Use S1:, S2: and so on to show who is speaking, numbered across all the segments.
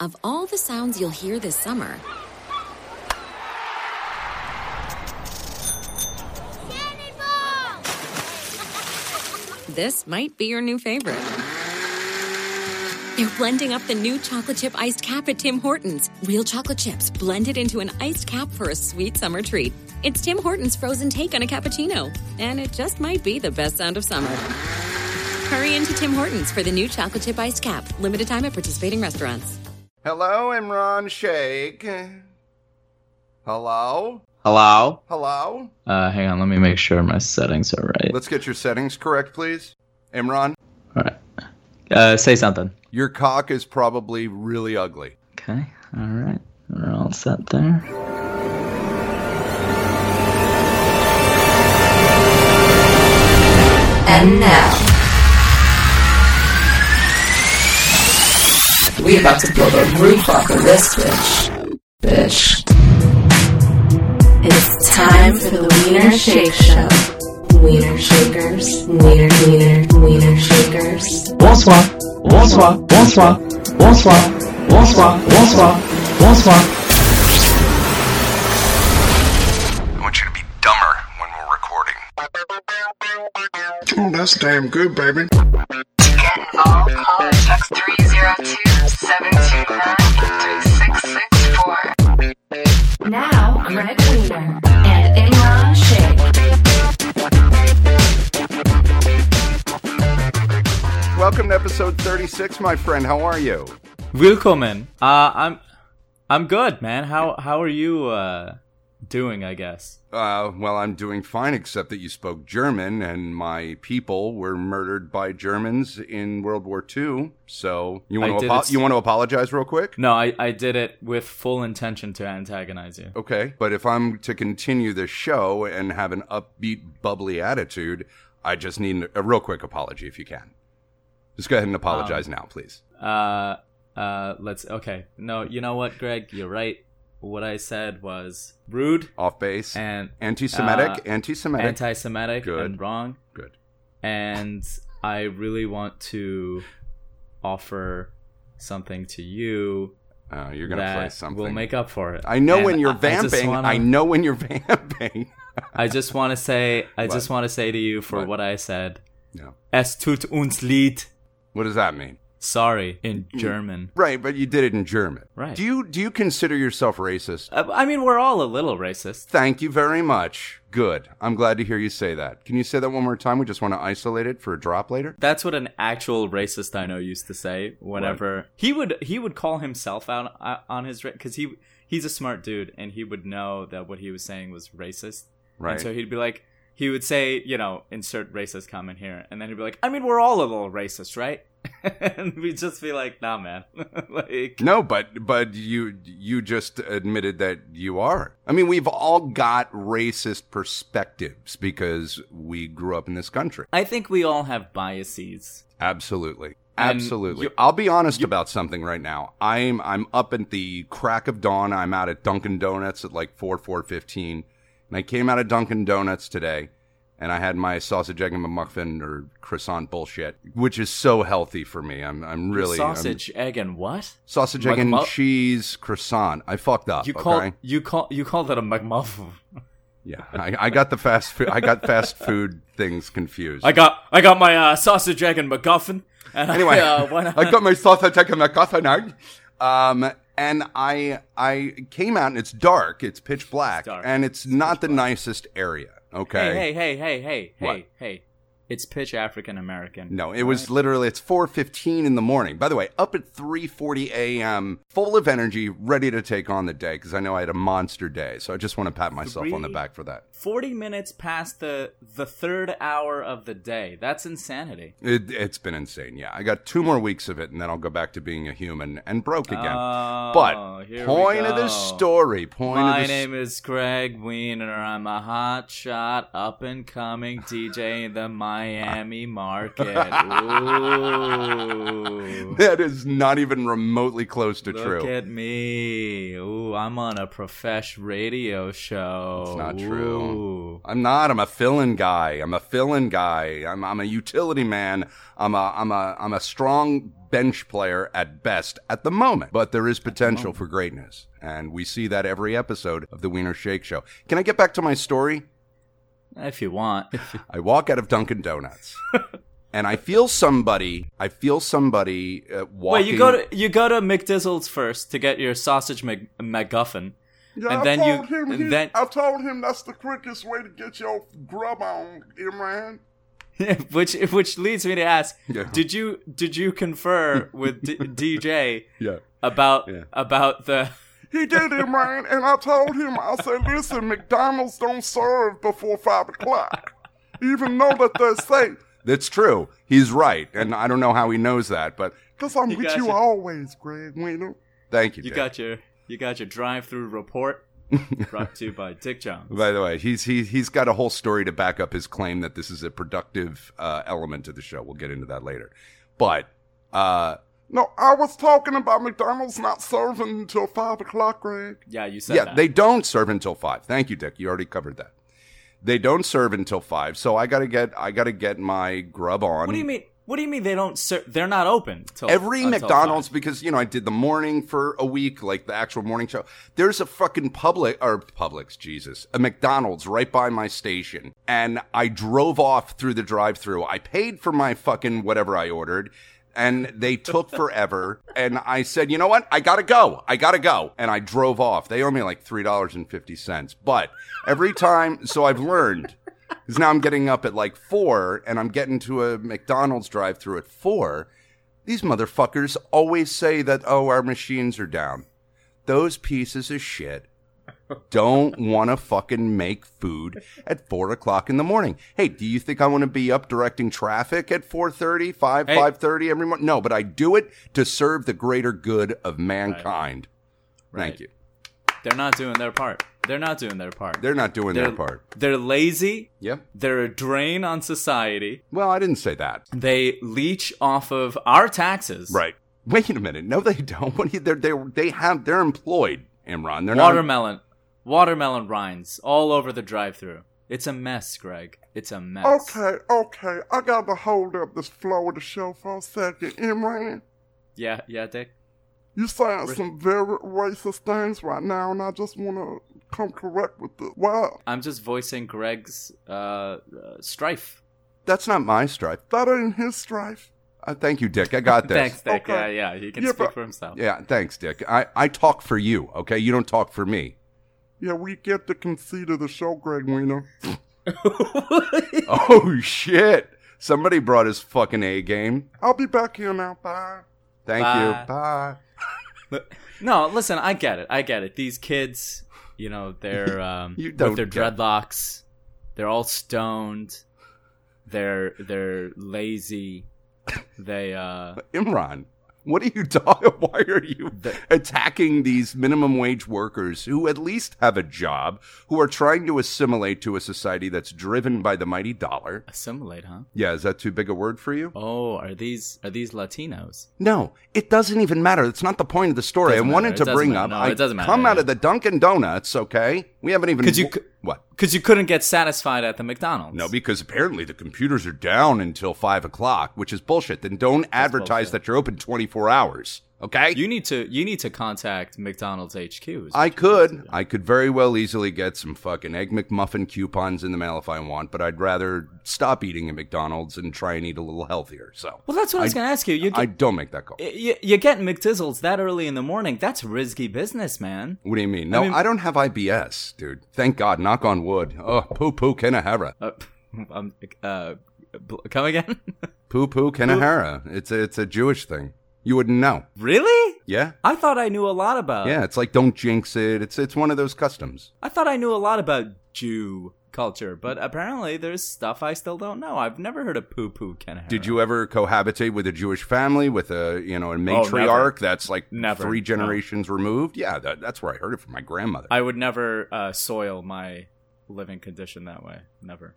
S1: Of all the sounds you'll hear this summer, this might be your new favorite. They're blending up the new chocolate chip iced cap at Tim Hortons. Real chocolate chips blended into an iced cap for a sweet summer treat. It's Tim Hortons' frozen take on a cappuccino, and it just might be the best sound of summer. Hurry into Tim Hortons for the new chocolate chip iced cap. Limited time at participating restaurants.
S2: Hello, Imran Sheikh. Hello?
S3: Hello?
S2: Hello?
S3: Uh, hang on, let me make sure my settings are right.
S2: Let's get your settings correct, please. Imran,
S3: Alright. Uh, say something.
S2: your cock is probably really ugly.
S3: Okay, alright. We're all set there.
S4: And now. We about to blow the roof off of this bitch. Bitch. It's time for the Wiener Shake Show. Wiener Shakers. Wiener, Wiener, Wiener Shakers.
S3: Bonsoir, bonsoir, bonsoir, bonsoir, bonsoir, bonsoir, bonsoir.
S5: I want you to be dumber when we're recording.
S6: Oh, that's damn good, baby.
S4: Again, all callers text 302-729-3664. Now, Greg Wiener and Imran Shake.
S2: Welcome to episode 36, my friend. How are you?
S3: Willkommen. Uh, I'm, I'm good, man. How how are you uh doing? I guess.
S2: Uh, well, I'm doing fine, except that you spoke German, and my people were murdered by Germans in World War II. So you want
S3: I
S2: to
S3: did
S2: apo-
S3: it-
S2: you want to apologize real quick?
S3: No, I I did it with full intention to antagonize you.
S2: Okay, but if I'm to continue this show and have an upbeat, bubbly attitude, I just need a real quick apology if you can. Just go ahead and
S3: Um,
S2: apologize now, please.
S3: Uh, uh, let's. Okay. No, you know what, Greg? You're right. What I said was rude
S2: Off base,
S3: and
S2: anti-Semitic,
S3: uh,
S2: anti-Semitic.
S3: anti-Semitic,
S2: Good.
S3: and wrong.
S2: Good.
S3: And I really want to offer something to you
S2: Uh, you're gonna play
S3: that
S2: something.
S3: will make up for it.
S2: I know
S3: And
S2: when you're
S3: I- I just
S2: vamping. I,
S3: wanna-
S2: know when you're vamping.
S3: I just want to say. I just
S2: What?
S3: want to say to you for
S2: What?
S3: what, I said.
S2: no.
S3: Es tut uns leid.
S2: What does that mean?
S3: Sorry in
S2: Mm.
S3: German.
S2: Right, but you did it in German.
S3: Right.
S2: Do you do you consider yourself racist?
S3: Uh, I mean, we're all a little racist.
S2: Thank you very much. Good. I'm glad to hear you say that. Can you say that one more time? We just want to isolate it for a drop later.
S3: That's what an actual racist I know used to say whenever he would he would call himself out uh, on his because he he's a smart dude and he would know that what he was saying was racist.
S2: Right.
S3: And so he'd be like, he would say, you know, insert racist comment here, and then he'd be like, I mean, we're all a little racist, right? and we'd just be like, Nah, man. like,
S2: No, but but you you just admitted that you are. I mean, we've all got racist perspectives because we grew up in this country.
S3: I think we all have biases.
S2: Absolutely.
S3: And
S2: Absolutely.
S3: you-
S2: I'll be honest about something right now. I'm I'm up at the crack of dawn. I'm out at Dunkin' Donuts at like four four fifteen, and I came out of Dunkin' Donuts today, and I had my sausage egg and McMuffin or croissant bullshit, which is so healthy for me. I'm I'm really um, I'm-
S3: sausage, egg, and what?
S2: sausage egg and
S3: McMu-
S2: cheese croissant. I fucked up.
S3: You
S2: okay?
S3: call you call you call that a McMuffin?
S2: Yeah, I, I got the fast food. I got fast food things confused.
S3: I got I got my uh, sausage, egg, and MacGuffin. And
S2: anyway,
S3: I, uh, why not?
S2: I got my sausage egg and MacGuffin egg. Um, and I I came out and it's dark. It's pitch black,
S3: It's dark.
S2: and it's not the nicest area. Okay.
S3: hey, hey, hey, hey, hey,
S2: What?
S3: hey, hey! It's pitch African American.
S2: No, it was literally it's 4:15 in the morning. By the way, up at 3:40 a.m., full of energy, ready to take on the day because I know I had a monster day. So I just want to pat myself on the
S3: Three-
S2: back for that.
S3: Forty minutes past the the third hour of the day. That's insanity.
S2: It, it's been insane. Yeah, I got two more weeks of it, and then I'll go back to being a human and broke again.
S3: Oh,
S2: but
S3: here we
S2: point of
S3: go.
S2: the story. Point
S3: My
S2: of the
S3: name is Greg Wiener. I'm a hot shot, up and coming DJ in the Miami market. Ooh.
S2: That is not even remotely close to
S3: Look
S2: true.
S3: at me. Ooh, I'm on a profesh radio show.
S2: It's not true.
S3: Ooh.
S2: I'm not. I'm a fill-in guy. I'm a fill-in guy. I'm, I'm a utility man. I'm a I'm a I'm a strong bench player at best at the moment, but there is potential for greatness. And we see that every episode of the Wiener Shake Show. Can I get back to my story?
S3: If you want.
S2: I walk out of Dunkin' Donuts. And I feel somebody. I feel somebody uh, walking.
S3: Wait, you go to you go to McDizzle's first to get your sausage Mc, MacGuffin. and then you- and then-
S6: I told him that's the quickest way to get your grub on, Imran.
S3: which which leads me to ask
S2: Yeah.
S3: did you did you confer with D- dj
S2: Yeah.
S3: about
S2: Yeah.
S3: about the
S6: He did, Imran, and I told him, I said, listen, McDonald's don't serve before 5 o'clock, even though that they're safe,
S2: That's true. He's right, and I don't know how he knows that, but
S6: because I'm
S3: You
S6: with
S3: got
S6: you
S3: it.
S6: always, Greg Wiener.
S2: thank you.
S3: you
S2: Dick.
S3: got your you got your drive-through report brought to you by dick jones
S2: By the way, he's he, he's got a whole story to back up his claim that this is a productive uh, element to the show. We'll get into that later, but uh,
S6: No, I was talking about McDonald's not serving until 5 o'clock, Greg.
S3: yeah you said
S2: yeah,
S3: that
S2: they don't serve until five. Thank you, Dick. You already covered that. They don't serve until five, so I gotta get I gotta get my grub on.
S3: what do you mean what do you mean they don't ser- they're not open till
S2: Every
S3: until
S2: McDonald's,
S3: five?
S2: because you know I did the morning for a week, like the actual morning show. There's a fucking public or Publix, Jesus, a McDonald's right by my station, and I drove off through the drive-through. I paid for my fucking whatever I ordered. And they took forever. And I said, you know what? I gotta go. I gotta go. And I drove off. They owe me like $3.50. But every time, so I've learned because now I'm getting up at like four and I'm getting to a McDonald's drive through at four. These motherfuckers always say that, oh, our machines are down. Those pieces of shit don't want to fucking make food at four o'clock in the morning. Hey, do you think I want to be up directing traffic at 4.30, 5,
S3: Hey.
S2: 5.30 every morning? No, but I do it to serve the greater good of mankind. Thank
S3: Right.
S2: you.
S3: they're not doing their part they're not doing their part
S2: They're not doing
S3: They're-
S2: their part.
S3: they're lazy
S2: Yep.
S3: they're a drain on society
S2: Well, I didn't say that.
S3: they leech off of our taxes
S2: Right. Wait a minute. No, they don't. What do you, they're, they're, they have, they're employed, Imran. They're not.
S3: watermelon watermelon rinds all over the drive-through it's a mess greg it's a mess
S6: Okay, okay, I gotta hold up this flow of the show for a second, Imran.
S3: yeah yeah dick
S6: You saying some very racist things right now, and I just wanna come correct with this. Well,
S3: i'm just voicing greg's uh, uh strife
S2: That's not my stripe.
S6: that ain't his strife.
S2: Uh, thank you, Dick. I got this.
S3: thanks dick
S6: Okay.
S3: yeah yeah he can
S6: Yeah,
S3: speak
S6: but-
S3: for himself
S2: Yeah, thanks, Dick. I, I talk for you, okay? You don't talk for me.
S6: Yeah, we get the conceit of the show, Greg Wiener.
S2: oh, shit. Somebody brought his fucking A game.
S6: I'll be back here now. Bye.
S2: Thank
S3: Bye.
S2: you. Bye.
S3: no listen i get it i get it these kids you know they're um
S2: You don't
S3: with their
S2: get it.
S3: dreadlocks they're all stoned they're they're lazy they uh
S2: Imran, what are you talking? Why are you
S3: The-
S2: attacking these minimum wage workers who at least have a job, who are trying to assimilate to a society that's driven by the mighty dollar?
S3: assimilate huh
S2: Yeah, is that too big a word for you?
S3: oh are these are these latinos
S2: No, it doesn't even matter. That's not the point of the story.
S3: Doesn't
S2: I wanted
S3: matter. It
S2: to
S3: doesn't
S2: bring
S3: matter.
S2: up.
S3: No,
S2: I
S3: it doesn't matter,
S2: Come out
S3: yeah.
S2: of the Dunkin' Donuts, okay? We haven't even.
S3: Could you-
S2: what?
S3: because you couldn't get satisfied at the mcdonald's
S2: No, because apparently the computers are down until five o'clock, which is bullshit. Then don't advertise
S3: bullshit.
S2: that you're open twenty four hours, okay?
S3: You need to you need to contact McDonald's HQ. is what
S2: I
S3: you need
S2: could.
S3: to do.
S2: I could very well easily get some fucking Egg McMuffin coupons in the mail if I want, but I'd rather stop eating at McDonald's and try and eat a little healthier. So
S3: well, that's what I, was going to ask you. You
S2: I
S3: get,
S2: don't make that call.
S3: you, you get McDizzles that early in the morning. That's risky business, man.
S2: What do you mean? No, I,
S3: mean-
S2: don't have IBS, dude. Thank God. Knock on wood. Oh, poo poo Kanahara.
S3: Uh, um, uh, bl- come again?
S2: Poo poo Kanahara. It's a, it's a Jewish thing. You wouldn't know.
S3: really?
S2: Yeah.
S3: I thought I knew a lot about.
S2: Yeah, it's like don't jinx it. It's it's one of those customs.
S3: I thought I knew a lot about Jew culture, but apparently there's stuff I still don't know. I've never heard of poo poo Ken.
S2: Did you ever cohabitate with a Jewish family with a you know a matriarch that's like
S3: Oh, Never.
S2: three
S3: No.
S2: generations removed? Yeah, that, that's where I heard it from my grandmother.
S3: I would never uh, soil my living condition that way. Never.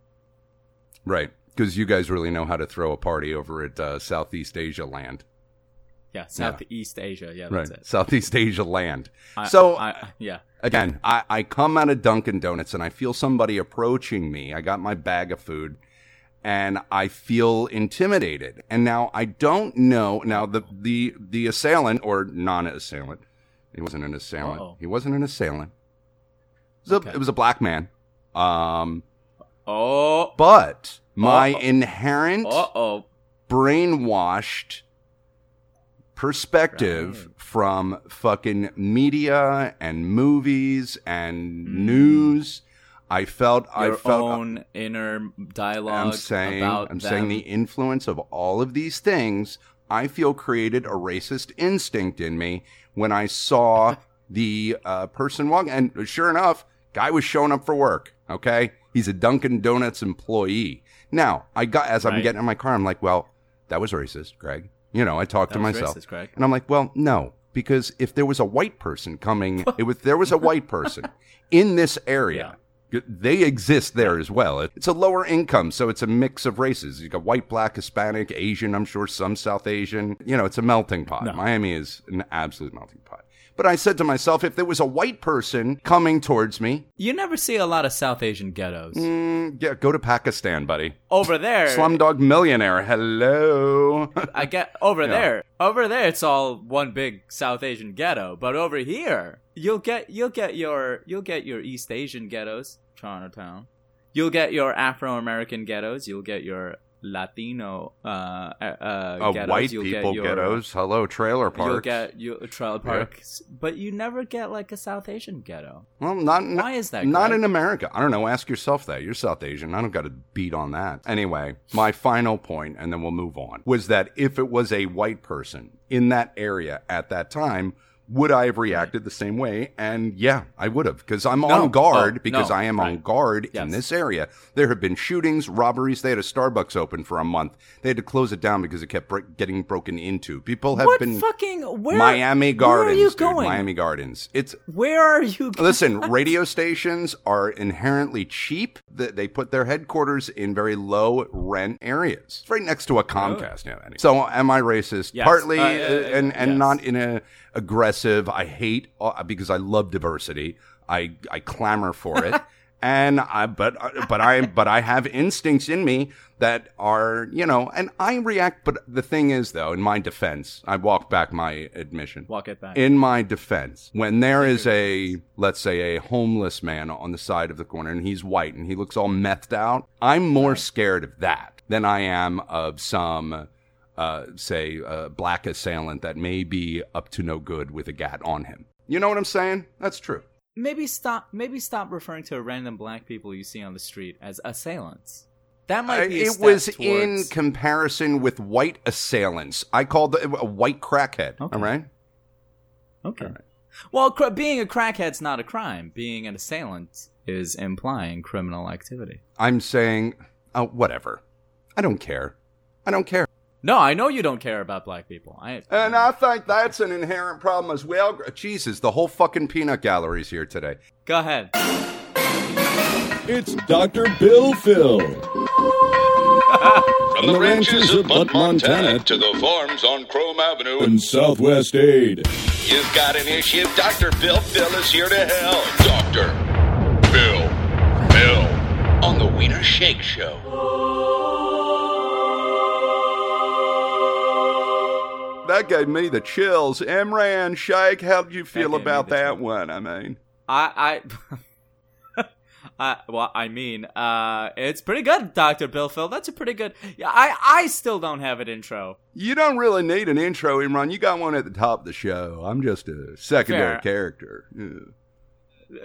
S2: right, because you guys really know how to throw a party over at uh, Southeast Asia land.
S3: Yeah, Southeast Asia. Yeah, that's it.
S2: Southeast Asia land.
S3: I-
S2: so
S3: I, yeah.
S2: again, I, I come out of Dunkin' Donuts and I feel somebody approaching me. I got my bag of food and I feel intimidated. And now I don't know. Now the the the assailant or non-assailant, he wasn't an assailant.
S3: Uh-oh.
S2: He wasn't an assailant. It was a,
S3: Okay.
S2: it was a black man. Um,
S3: Oh,
S2: but my
S3: Uh-oh.
S2: inherent
S3: uh oh.
S2: brainwashed perspective from fucking media and movies and news. I felt I
S3: Your
S2: felt uh,
S3: own inner dialogue.
S2: I'm saying
S3: about
S2: I'm saying
S3: them.
S2: the influence of all of these things I feel created a racist instinct in me when I saw the uh, person walking and sure enough guy was showing up for work okay he's a Dunkin Donuts employee now I got as I'm
S3: Right.
S2: getting in my car I'm like well that was racist Greg you know I talked
S3: That
S2: to
S3: was
S2: myself
S3: racist, Greg.
S2: and I'm like well no because if there was a white person coming it was there was a white person in this area
S3: Yeah.
S2: they exist there as well. It's a lower income, so it's a mix of races. You got white, black, Hispanic, Asian, I'm sure some South Asian. You know, it's a melting pot. Miami is an absolute melting pot. But I said to myself, if there was a white person coming towards me,
S3: You never see a lot of South Asian ghettos.
S2: mm, yeah, go to Pakistan, buddy.
S3: Over there,
S2: Slumdog millionaire. Hello.
S3: I get over
S2: Yeah.
S3: there. Over there, it's all one big South Asian ghetto. But over here, you'll get you'll get your you'll get your East Asian ghettos, Chinatown. You'll get your Afro American ghettos. You'll get your Latino uh, uh,
S2: Uh,
S3: ghettos.
S2: white
S3: you'll
S2: people
S3: get your,
S2: ghettos. Hello, trailer
S3: You'll
S2: parks.
S3: get your trailer parks, but you never get like a South Asian ghetto.
S2: Well, not in-
S3: Why is that,
S2: Not
S3: Greg?
S2: in America. I don't know. Ask yourself that. You're South Asian. I don't got to beat on that. Anyway, my final point, and then we'll move on, was that if it was a white person in that area at that time, would I have reacted the same way? And yeah, I would have, because I'm
S3: No.
S2: on guard.
S3: Oh,
S2: because
S3: no.
S2: I am on
S3: Right.
S2: guard in
S3: Yes.
S2: this area. There have been shootings, robberies. They had a Starbucks open for a month. They had to close it down because it kept bro- getting broken into. People have
S3: What
S2: been
S3: fucking where?
S2: Miami Gardens.
S3: Where are you
S2: dude,
S3: going?
S2: Miami Gardens. It's
S3: Where are you? Going?
S2: Listen, radio stations are inherently cheap. Th- They put their headquarters in very low rent areas. It's right next to a Comcast. now. anyway. So, am I racist?
S3: Yes.
S2: Partly,
S3: Uh, uh,
S2: uh, and and
S3: yes.
S2: not in a aggressive. I hate uh, because I love diversity. I I clamor for it. And I, but, uh, but I, but I have instincts in me that are, you know, and I react. But the thing is, though, in my defense, I walk back my admission
S3: Walk it back.
S2: in my defense, when there is a, let's say, a homeless man on the side of the corner and he's white and he looks all methed out, I'm more scared of that than I am of some, uh, say, uh, black assailant that may be up to no good with a gat on him. You know what I'm saying? That's true.
S3: maybe stop maybe stop referring to random black people you see on the street as assailants. That
S2: I-
S3: might be a
S2: it
S3: step
S2: was in
S3: towards-
S2: comparison with white assailants. I called it a white crackhead.
S3: Okay.
S2: All right.
S3: okay. Well, cr- being a crackhead's not a crime. Being an assailant is implying criminal activity.
S2: I'm saying, oh, whatever. I don't care. I don't care.
S3: No, I know you don't care about black people. I
S2: And I think that's an inherent problem as well. Gr- Jesus, the whole fucking peanut gallery's here today.
S3: go ahead.
S7: It's Dr. Bill Phil.
S8: From the ranches of Butt, Montana to the farms on Chrome Avenue,
S7: And Southwest Aid.
S8: you've got an issue. Dr. Bill Phil is here to help. Dr. Bill Phil on the Wiener Shake Show.
S2: That gave me the chills. Imran Shake, how do you feel
S3: gave me
S2: about
S3: the
S2: that
S3: chills.
S2: one? I mean,
S3: I I Uh, well, I mean, uh, it's pretty good, Doctor Bill Phil. That's a pretty good. Yeah, I I still don't have an intro.
S2: you don't really need an intro, Imran. You got one at the top of the show. I'm just a secondary
S3: Fair.
S2: character. Yeah.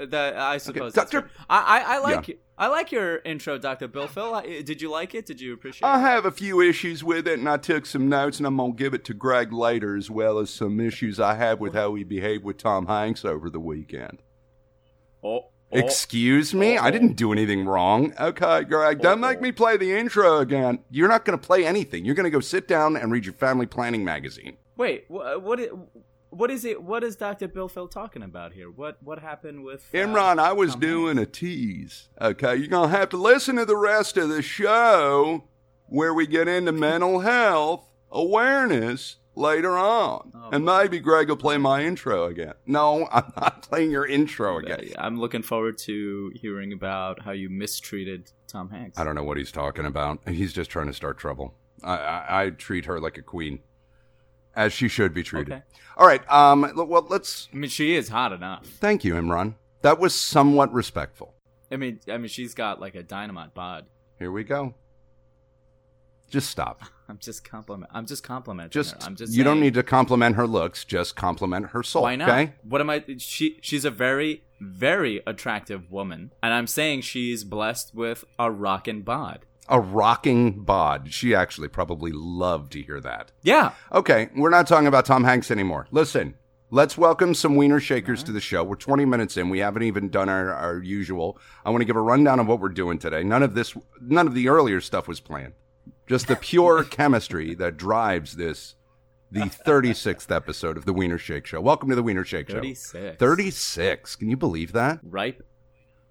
S3: That I suppose. that's
S2: Dr.
S3: fair. I, I I like I like your intro, Doctor Bill Phil. I, did you like it? Did you appreciate?
S2: I
S3: it?
S2: have a few issues with it, and I took some notes, and I'm going to give it to Greg later, as well as some issues I have with how he behaved with Tom Hanks over the weekend.
S3: Oh, oh.
S2: Excuse me? I didn't do anything wrong. Okay, Greg, don't make me play the intro again. You're not going to play anything. You're going to go sit down and read your family planning magazine.
S3: Wait, wha- what? i- What is it? What is Doctor Bill Phil talking about here? What What happened with uh,
S2: Imran, I was
S3: Tom
S2: doing a tease. Okay, you're going to have to listen to the rest of the show where we get into mental health awareness later on. and maybe Greg will play my intro again. No, I'm not playing your intro again.
S3: I'm looking forward to hearing about how you mistreated Tom Hanks.
S2: I don't know what he's talking about. He's just trying to start trouble. I, I, I treat her like a queen, as she should be treated.
S3: Okay.
S2: All right. Um. l- Well, let's
S3: I mean, she is hot enough.
S2: thank you, Imran. That was somewhat respectful.
S3: I mean, I mean, she's got like a dynamite bod.
S2: Here we go. Just stop.
S3: I'm just compliment. I'm just complimenting.
S2: Just,
S3: her. I'm just.
S2: you don't
S3: saying-
S2: need to compliment her looks. Just compliment her soul.
S3: Why not?
S2: Okay?
S3: What am I? She she's a very very attractive woman, and I'm saying she's blessed with a rockin' bod.
S2: A rocking bod. She actually probably loved to hear that.
S3: Yeah,
S2: Okay, we're not talking about Tom Hanks anymore. Listen, let's welcome some wiener shakers to the show. We're 20 minutes in. We haven't even done our, our usual. I want to give a rundown of what we're doing today. None of this, none of the earlier stuff was planned. Just the pure chemistry that drives this, the 36th episode of the Wiener Shake Show. Welcome to the Wiener Shake Show.
S3: 36.
S2: 36. Can you believe that?
S3: ripe.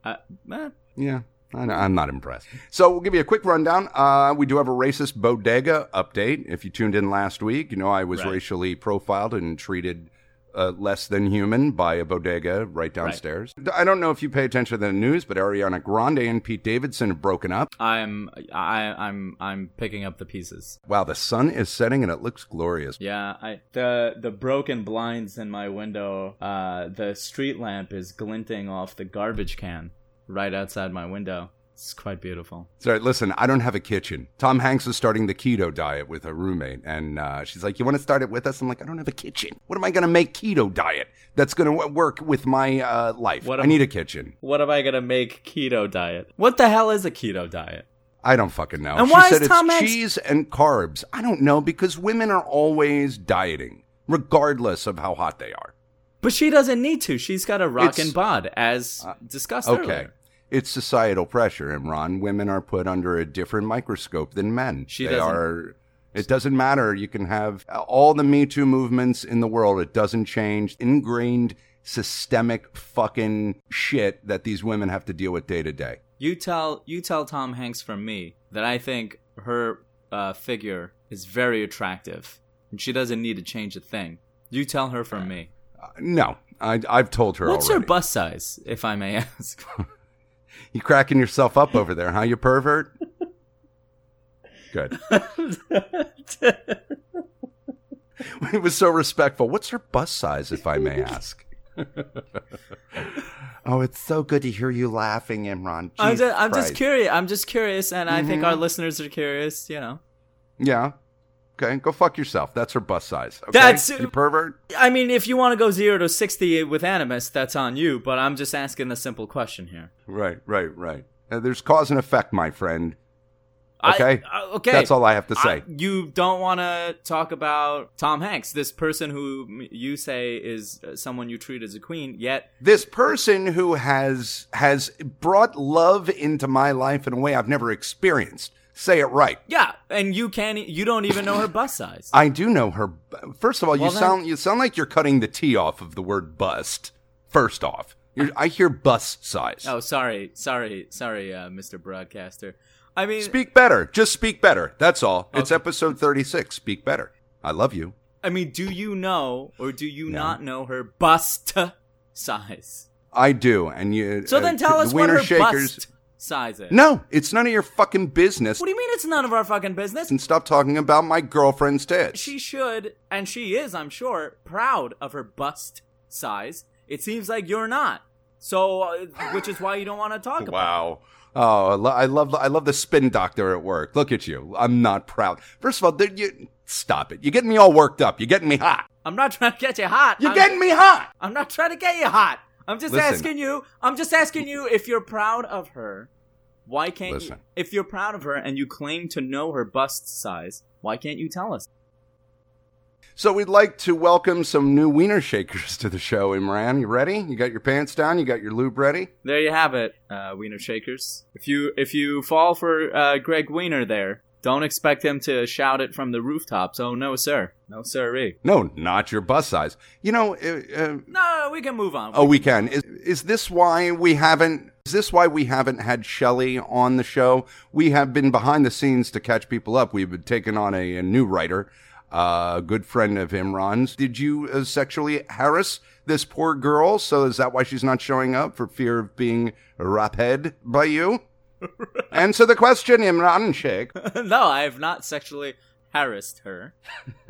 S3: Uh, eh,
S2: Yeah, I know, I'm not impressed. So we'll give you a quick rundown. Uh, we do have a racist bodega update. If you tuned in last week, you know I was
S3: Right.
S2: racially profiled and treated uh, less than human by a bodega right downstairs. I don't know if you pay attention to the news, but Ariana Grande and Pete Davidson have broken up.
S3: I'm I I'm I'm picking up the pieces.
S2: Wow, the sun is setting and it looks glorious.
S3: Yeah, I the the broken blinds in my window. Uh, the street lamp is glinting off the garbage can right outside my window. It's quite beautiful.
S2: Sorry, listen, I don't have a kitchen. Tom Hanks is starting the keto diet with her roommate, and uh, she's like, "You want to start it with us?" I'm like, "I don't have a kitchen. What am I going to make keto diet that's going to work with my uh, life?
S3: What
S2: I
S3: am-
S2: need a kitchen.
S3: What am I gonna make keto diet? What the hell is a keto diet?
S2: I don't fucking know."
S3: And
S2: she
S3: why
S2: said
S3: is Tom
S2: it's
S3: Hanks-
S2: cheese and carbs. I don't know because women are always dieting, regardless of how hot they are.
S3: But she doesn't need to. She's got a rockin'
S2: It's- uh,
S3: bod, as discussed
S2: Okay.
S3: earlier.
S2: It's societal pressure, Imran. Women are put under a different microscope than men.
S3: She
S2: they
S3: doesn't-
S2: are. It doesn't matter. You can have all the Me Too movements in the world. It doesn't change ingrained systemic fucking shit that these women have to deal with day to day.
S3: You tell you tell Tom Hanks from me that I think her uh, figure is very attractive, and she doesn't need to change a thing. You tell her from me.
S2: Uh, No, I, I've told her
S3: What's
S2: already.
S3: her bust size, if I may ask?
S2: you cracking yourself up over there, huh? You pervert. Good. it was so respectful. What's her bus size, if I may ask? oh, it's so good to hear you laughing, Imran.
S3: I'm,
S2: Jesus
S3: just, I'm just
S2: Christ.
S3: curious. I'm just curious, and I think our
S2: Mm-hmm.
S3: listeners are curious. You know,
S2: Yeah. Okay, go fuck yourself. That's her bus size. Okay?
S3: That's-
S2: you pervert.
S3: I mean, if you want to go zero to sixty with Animus, that's on you. But I'm just asking the simple question here.
S2: Right, right, right. Uh, there's cause and effect, my friend.
S3: I-
S2: Okay.
S3: I- okay.
S2: That's all I have to say.
S3: I- you don't want to talk about Tom Hanks, this person who m- you say is uh, someone you treat as a queen, yet
S2: this person who has has brought love into my life in a way I've never experienced. Say it right.
S3: yeah, and you can't e- you don't even know her bust size.
S2: I do know her. bu- First of all, you
S3: Well, then-
S2: sound you sound like you're cutting the T off of the word bust. First off, you're, I hear bus size.
S3: oh, sorry. Sorry. Sorry, uh, Mr. Broadcaster. I mean,
S2: Speak better. Just speak better. That's all. It's
S3: Okay.
S2: episode 36. Speak better. I love you.
S3: I mean, do you know or do you
S2: No.
S3: not know her bust size?
S2: I do. And you.
S3: So
S2: uh,
S3: then tell
S2: the
S3: us what
S2: Wiener
S3: her bust size is.
S2: No, it's none of your fucking business.
S3: What do you mean it's none of our fucking business?
S2: and stop talking about my girlfriend's tits.
S3: she should, and she is, I'm sure, proud of her bust size. It seems like you're not. So, uh, which is why you don't want to talk about
S2: Wow. Oh, I, lo- I love I love the spin doctor at work. Look at you. I'm not proud. First of all, there- you stop it. You're getting me all worked up. You're getting me hot.
S3: it. I'm not trying to get you hot.
S2: You're
S3: I'm,
S2: getting me hot.
S3: I'm not trying to get you hot. I'm just
S2: Listen.
S3: asking you. I'm just asking you if you're proud of her. Why can't
S2: Listen.
S3: you? If you're proud of her and you claim to know her bust size, why can't you tell us?
S2: So we'd like to welcome some new wiener shakers to the show. Imran, you ready? You got your pants down. You got your lube ready.
S3: There you have it, uh, Wiener Shakers. If you if you fall for uh, Greg Wiener, there, don't expect him to shout it from the rooftops. Oh no, sir, no sirree.
S2: No, not your bus size. You know. Uh, uh,
S3: No, we can move on.
S2: oh, we can. Is, is this why we haven't? Is this why we haven't had Shelley on the show? We have been behind the scenes to catch people up. We've been taking on a, a new writer. uh, a good friend of Imran's. Did you uh, sexually harass this poor girl? So is that why she's not showing up for fear of being raped by you? Answer the question, Imran Sheikh.
S3: no, I have not sexually harassed her.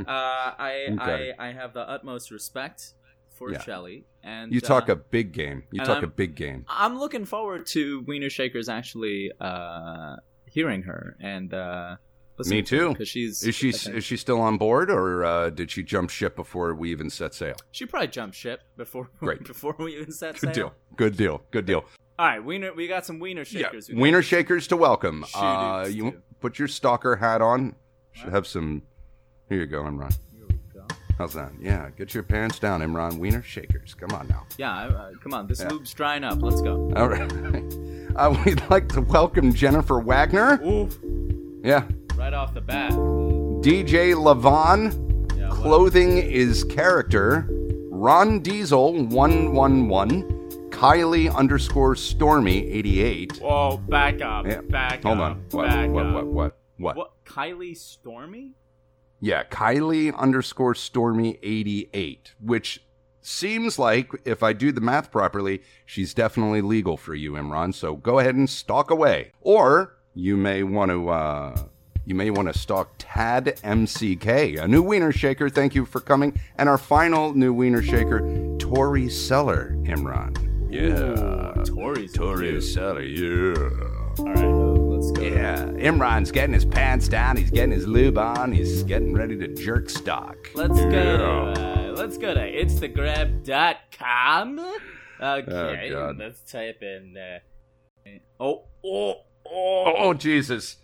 S3: uh, I,
S2: Okay.
S3: I I have the utmost respect for
S2: Yeah.
S3: Shelley, and
S2: You talk
S3: uh,
S2: a big game. You
S3: and
S2: talk
S3: I'm-
S2: a big game.
S3: I'm looking forward to Wiener Shakers actually uh, hearing her and uh, listening
S2: Me
S3: to her,
S2: too.
S3: 'cause she's
S2: Is she
S3: I think-
S2: is she still on board, or uh, did she jump ship before we even set sail?
S3: she probably jumped ship before
S2: Great.
S3: before we even set
S2: Good
S3: sail.
S2: deal. Good deal. Good deal.
S3: All right, Wiener, we got some Wiener Shakers.
S2: Yeah. Wiener shakers to welcome.
S3: Shootings
S2: Uh, you
S3: too.
S2: put your stalker hat on. Should have some. Here you go, Imran. How's that? Yeah, get your pants down, Imran. Wiener shakers. Come on now.
S3: Yeah, I- uh, come on, this lube's drying up. Let's go.
S2: All right. Uh, we'd like to welcome Jennifer Wagner.
S3: Oof!
S2: Yeah.
S3: Right off the bat.
S2: DJ Lavon.
S3: Yeah, what-
S2: Clothing is character. Ron Diesel 111. Kylie underscore Stormy 88.
S3: Whoa! Back up!
S2: Yeah.
S3: Back
S2: Hold
S3: up!
S2: on. What,
S3: Back
S2: what,
S3: up.
S2: what, what, what?
S3: What? Kylie Stormy?
S2: Yeah, Kylie underscore Stormy 88, which seems like, if I do the math properly, she's definitely legal for you, Imran. So go ahead and stalk away. Or you may want to, uh, you may want to stalk Tad MCK, a new wiener shaker. Thank you for coming. And our final new wiener shaker, Tori Seller, Imran. Yeah.
S3: Tori's
S2: Tori Seller, yeah.
S3: All right, uh, let's go.
S2: Yeah, Imran's getting his pants down. He's getting his lube on. He's getting ready to jerk stock.
S3: Let's go. To, uh, let's go to instagram.com. Okay,
S2: Oh, God.
S3: let's type in. Uh, oh, oh,
S2: Oh,
S3: oh.
S2: oh, Jesus!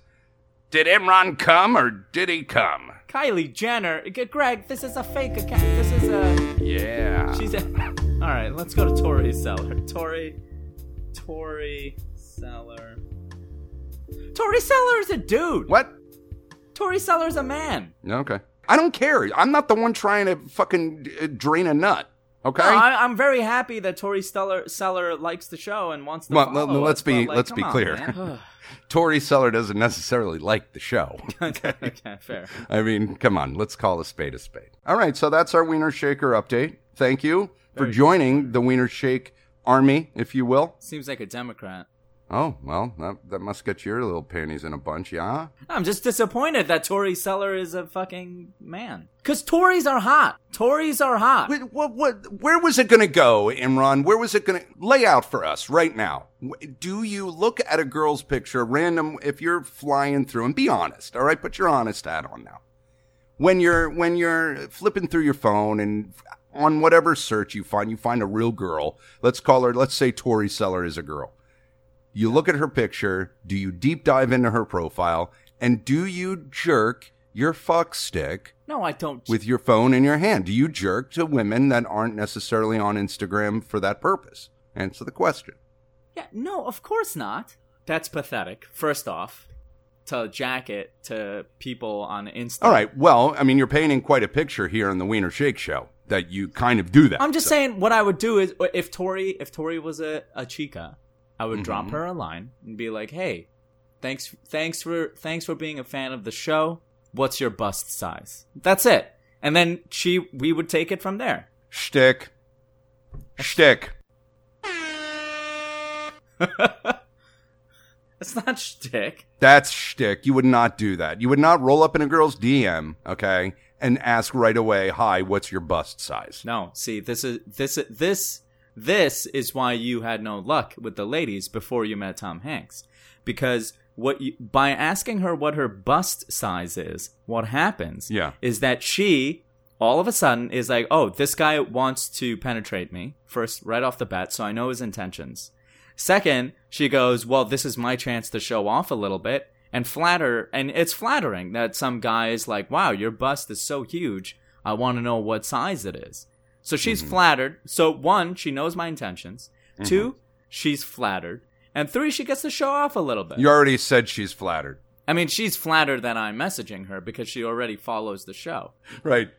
S2: Did Imran come or did he come?
S3: Kylie Jenner. G- Greg, this is a fake account. This is a.
S2: Yeah.
S3: She's a. All right, let's go to Tori Seller. Tori. Tori Seller. Tori Seller is a dude.
S2: what?
S3: Tori Seller is a man.
S2: Okay. I don't care. I'm not the one trying to fucking uh, drain a nut. Okay.
S3: No, I, I'm very happy that Tori Seller, Seller likes the show and wants to
S2: Well,
S3: follow
S2: let- let's
S3: us,
S2: be-
S3: but, like,
S2: let's be
S3: come on,
S2: clear.
S3: man.
S2: Tori Seller doesn't necessarily like the show.
S3: okay, okay, fair.
S2: I mean, come on, let's call a spade a spade. All right, so that's our Wiener Shaker update. Thank you for joining the Wiener Shake Army, if you will.
S3: Seems like a Democrat.
S2: Oh, well, that, that must get your little panties in a bunch, yeah?
S3: I'm just disappointed that Tory Seller is a fucking man. Cause Tories are hot. Tories are hot.
S2: What, what, what, where was it going to go, Imran? Where was it going to lay out for us right now? W- Do you look at a girl's picture, random, if you're flying through, and be honest, all right? Put your honest hat on now. When you're when you're flipping through your phone and on whatever search you find, you find a real girl. Let's call her. Let's say Tori Seller is a girl. You look at her picture. Do you deep dive into her profile? And do you jerk your fuck stick?
S3: No, I don't.
S2: with your phone in your hand? Do you jerk to women that aren't necessarily on Instagram for that purpose? Answer the question.
S3: yeah, no, of course not. That's pathetic. First off, to jacket to people on Instagram.
S2: All right. Well, I mean, you're painting quite a picture here in the Wiener Shake Show that you kind of do that.
S3: I'm just
S2: So-
S3: saying what I would do is if Tori if Tori was a, a chica, I would
S2: Mm-hmm.
S3: drop her a line and be like, "Hey, thanks thanks for thanks for being a fan of the show. What's your bust size?" That's it. And then she we would take it from there.
S2: Shtick. Shtick.
S3: That's not shtick.
S2: That's shtick. You would not do that. You would not roll up in a girl's DM, okay, and ask right away, "Hi, what's your bust size?"
S3: No, see, this is this this this is why you had no luck with the ladies before you met Tom Hanks, because what you, by asking her what her bust size is, what happens?
S2: Yeah.
S3: is that she all of a sudden is like, oh, this guy wants to penetrate me first, right off the bat, so I know his intentions. Second, she goes, well, this is my chance to show off a little bit and flatter. And it's flattering that some guy is like, wow, your bust is so huge. I want to know what size it is. So she's flattered. So one, she knows my intentions. Two, she's flattered. And three, she gets to show off a little bit.
S2: You already said she's flattered,
S3: I mean, she's flattered that I'm messaging her because she already follows the show.
S2: right?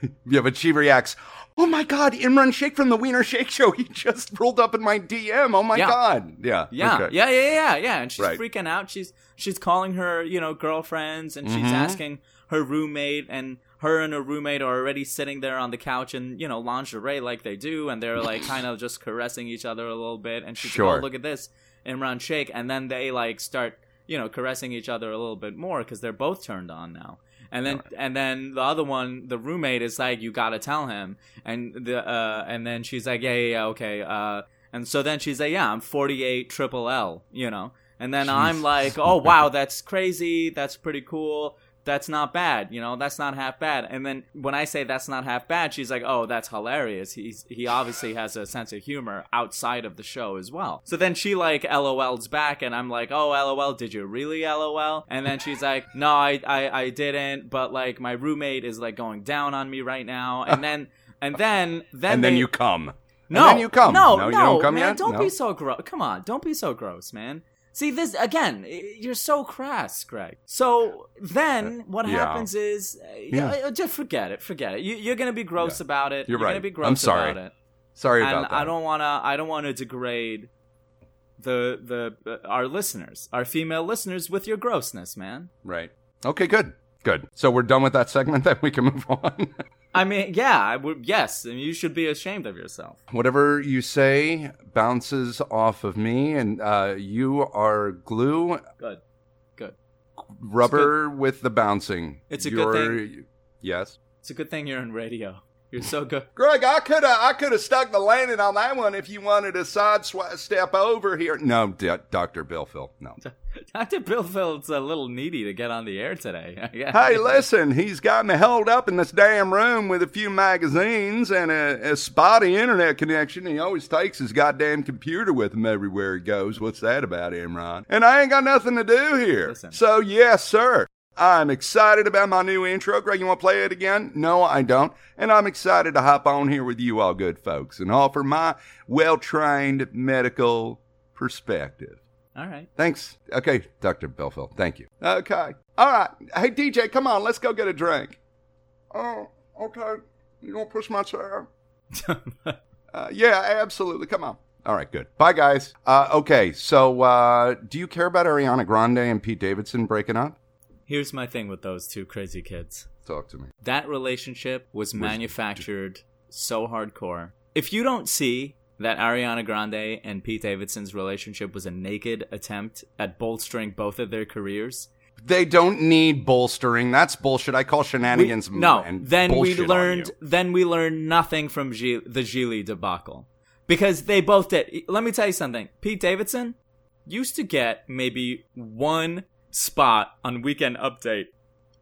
S2: yeah, but she reacts. Oh my God, Imran Shake from the Wiener Shake Show. He just rolled up in my DM. Oh my
S3: Yeah.
S2: God. Yeah.
S3: Yeah,
S2: okay.
S3: yeah, yeah, yeah, yeah. And she's
S2: Right.
S3: freaking
S2: Mm-hmm.
S3: out. She's she's calling her, you know, girlfriends, and she's asking her roommate, and her and her roommate are already sitting there on the couch in you know lingerie like they do, and they're like kind of just caressing each other a little bit. And she's like,
S2: Sure.
S3: "Oh, look at this, Imran Shake," and then they like start you know caressing each other a little bit more because they're both turned on now. And then and then the other one, the roommate, is like, "You gotta tell him." And the uh, and then she's like, "Yeah, yeah, yeah okay." Uh, and so then she's like, "Yeah, I'm 48 triple L," you know. And then I'm like, "Oh wow, that's crazy. That's pretty cool. That's not bad. You know, that's not half bad." And then when I say that's not half bad, she's like, "Oh, that's hilarious. He's he obviously has a sense of humor outside of the show as well." So then she like LOLs back, and I'm like, "Oh, LOL. Did you really LOL?" And then she's like, "No, I I, I didn't. But like my roommate is like going down on me right now." And then. And then, then
S2: and then
S3: they-
S2: you come.
S3: no,
S2: and then you come.
S3: No,
S2: no,
S3: no,
S2: you don't come
S3: man,
S2: yet.
S3: Don't
S2: No?
S3: be so gross. Come on, don't be so gross, man. See this again. i- You're so crass, Greg. So then, what
S2: Uh, yeah.
S3: happens is, uh, yeah, uh, just forget it. Forget it. You, you're gonna be gross
S2: Yeah.
S3: about it.
S2: You're
S3: gonna
S2: right.
S3: be
S2: I'm
S3: gross
S2: sorry.
S3: about it.
S2: Sorry
S3: and
S2: about that.
S3: I don't wanna. I don't wanna degrade the the uh, our listeners, our female listeners, with your grossness, man.
S2: Right. Okay. Good. Good. So we're done with that segment. Then we can move on.
S3: I mean, yeah, I would. Yes, and you should be ashamed of yourself.
S2: Whatever you say bounces off of me, and uh, you are glue
S3: Good, good.
S2: rubber with the bouncing.
S3: It's a good
S2: thing. Yes.
S3: It's a good thing you're in radio. You're so good.
S2: Greg, I could have I could have stuck the landing on that one if you wanted to side swi- step over here. No, D- Doctor Bill Phil, no.
S3: Dr. Bill Phil's a little needy to get on the air today. yeah.
S2: hey, listen, he's got me held up in this damn room with a few magazines and a, a spotty internet connection. He always takes his goddamn computer with him everywhere he goes. What's that about, Imran? And I ain't got nothing to do here.
S3: Listen.
S2: So yes, sir. I'm excited about my new intro. Greg, you want to play it again? No, I don't. And I'm excited to hop on here with you all good folks and offer my well-trained medical perspective.
S3: All right.
S2: Thanks. Okay, Dr. Belfield, thank you. Okay. All right. Hey, DJ, come on. Let's go get a drink.
S6: Oh, okay. You gonna push my chair?
S2: Uh, yeah, absolutely. Come on. All right, good. Bye, guys. Uh, okay, so uh, do you care about Ariana Grande and Pete Davidson breaking up?
S3: Here's my thing with those two crazy kids.
S2: Talk to me.
S3: That relationship was manufactured so hardcore. If you don't see that Ariana Grande and Pete Davidson's relationship was a naked attempt at bolstering both of their careers,
S2: They don't need bolstering. That's bullshit. I call
S3: we-
S2: shenanigans. m-
S3: no,
S2: and
S3: then we
S2: bullshit on
S3: learned
S2: you.
S3: then we learned nothing from G- the Gili debacle because they both did. E, Let me tell you something. Pete Davidson used to get maybe one spot on Weekend Update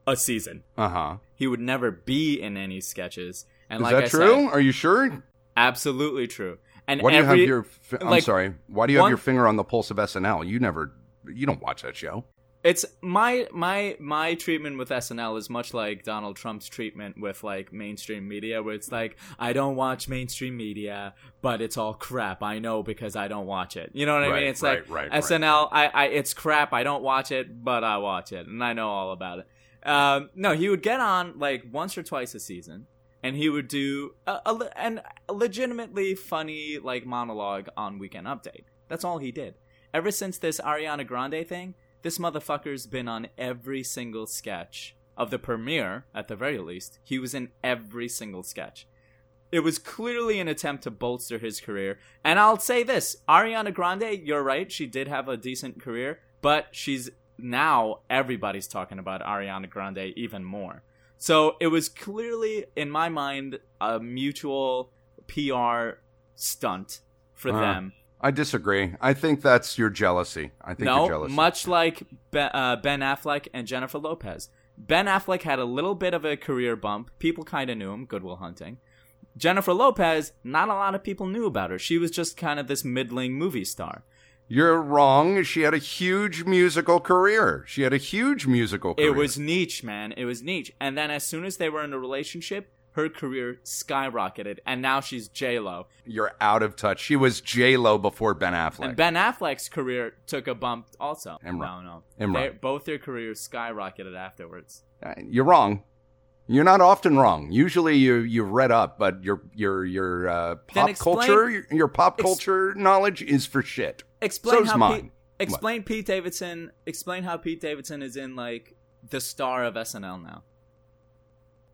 S3: a season.
S2: Uh huh.
S3: He would never be in any sketches.
S2: Is
S3: And like
S2: that
S3: I
S2: true?
S3: said,
S2: Are you sure?
S3: absolutely true. And
S2: Why do you
S3: every,
S2: have your? fi- I'm
S3: like,
S2: sorry. Why do you have
S3: one-
S2: your finger on the pulse of SNL? You never. You don't watch that show.
S3: It's my my my treatment with SNL is much like Donald Trump's treatment with like mainstream media, where it's like I don't watch mainstream media, but it's all crap. I know because I don't watch it. You know what I
S2: Right,
S3: mean? It's
S2: right,
S3: like
S2: right, right.
S3: SNL. I, I it's crap. I don't watch it, but I watch it, and I know all about it. Um, no, he would get on like once or twice a season, and he would do a, a le- an legitimately funny like monologue on Weekend Update. That's all he did. Ever since this Ariana Grande thing, this motherfucker's been on every single sketch of the premiere, at the very least. He was in every single sketch. It was clearly an attempt to bolster his career. And I'll say this Ariana Grande, you're right, she did have a decent career, but she's now everybody's talking about Ariana Grande even more. So it was clearly, in my mind, a mutual PR stunt for
S2: Uh,
S3: them.
S2: I disagree. I think that's your jealousy. I think you're
S3: No,
S2: jealous.
S3: much like ben, uh, ben Affleck and Jennifer Lopez. Ben Affleck had a little bit of a career bump. People kind of knew him, Goodwill Hunting. Jennifer Lopez, not a lot of people knew about her. She was just kind of this middling movie star.
S2: You're wrong. She had a huge musical career. She had a huge musical career.
S3: It was niche, man. It was niche. And then as soon as they were in a relationship, her career skyrocketed, and now she's J Lo.
S2: You're out of touch. She was J Lo before Ben Affleck.
S3: And Ben Affleck's career took a bump also.
S2: Imran.
S3: No, no.
S2: Imran.
S3: They, both their careers skyrocketed afterwards.
S2: Uh, You're wrong. You're not often wrong. Usually you you read up, but your your your uh, pop
S3: explain-
S2: culture your, your pop
S3: ex-
S2: culture knowledge is for shit.
S3: explain
S2: So's
S3: how
S2: mine.
S3: Pete, explain Pete Davidson explain how Pete Davidson is in like the star of SNL now.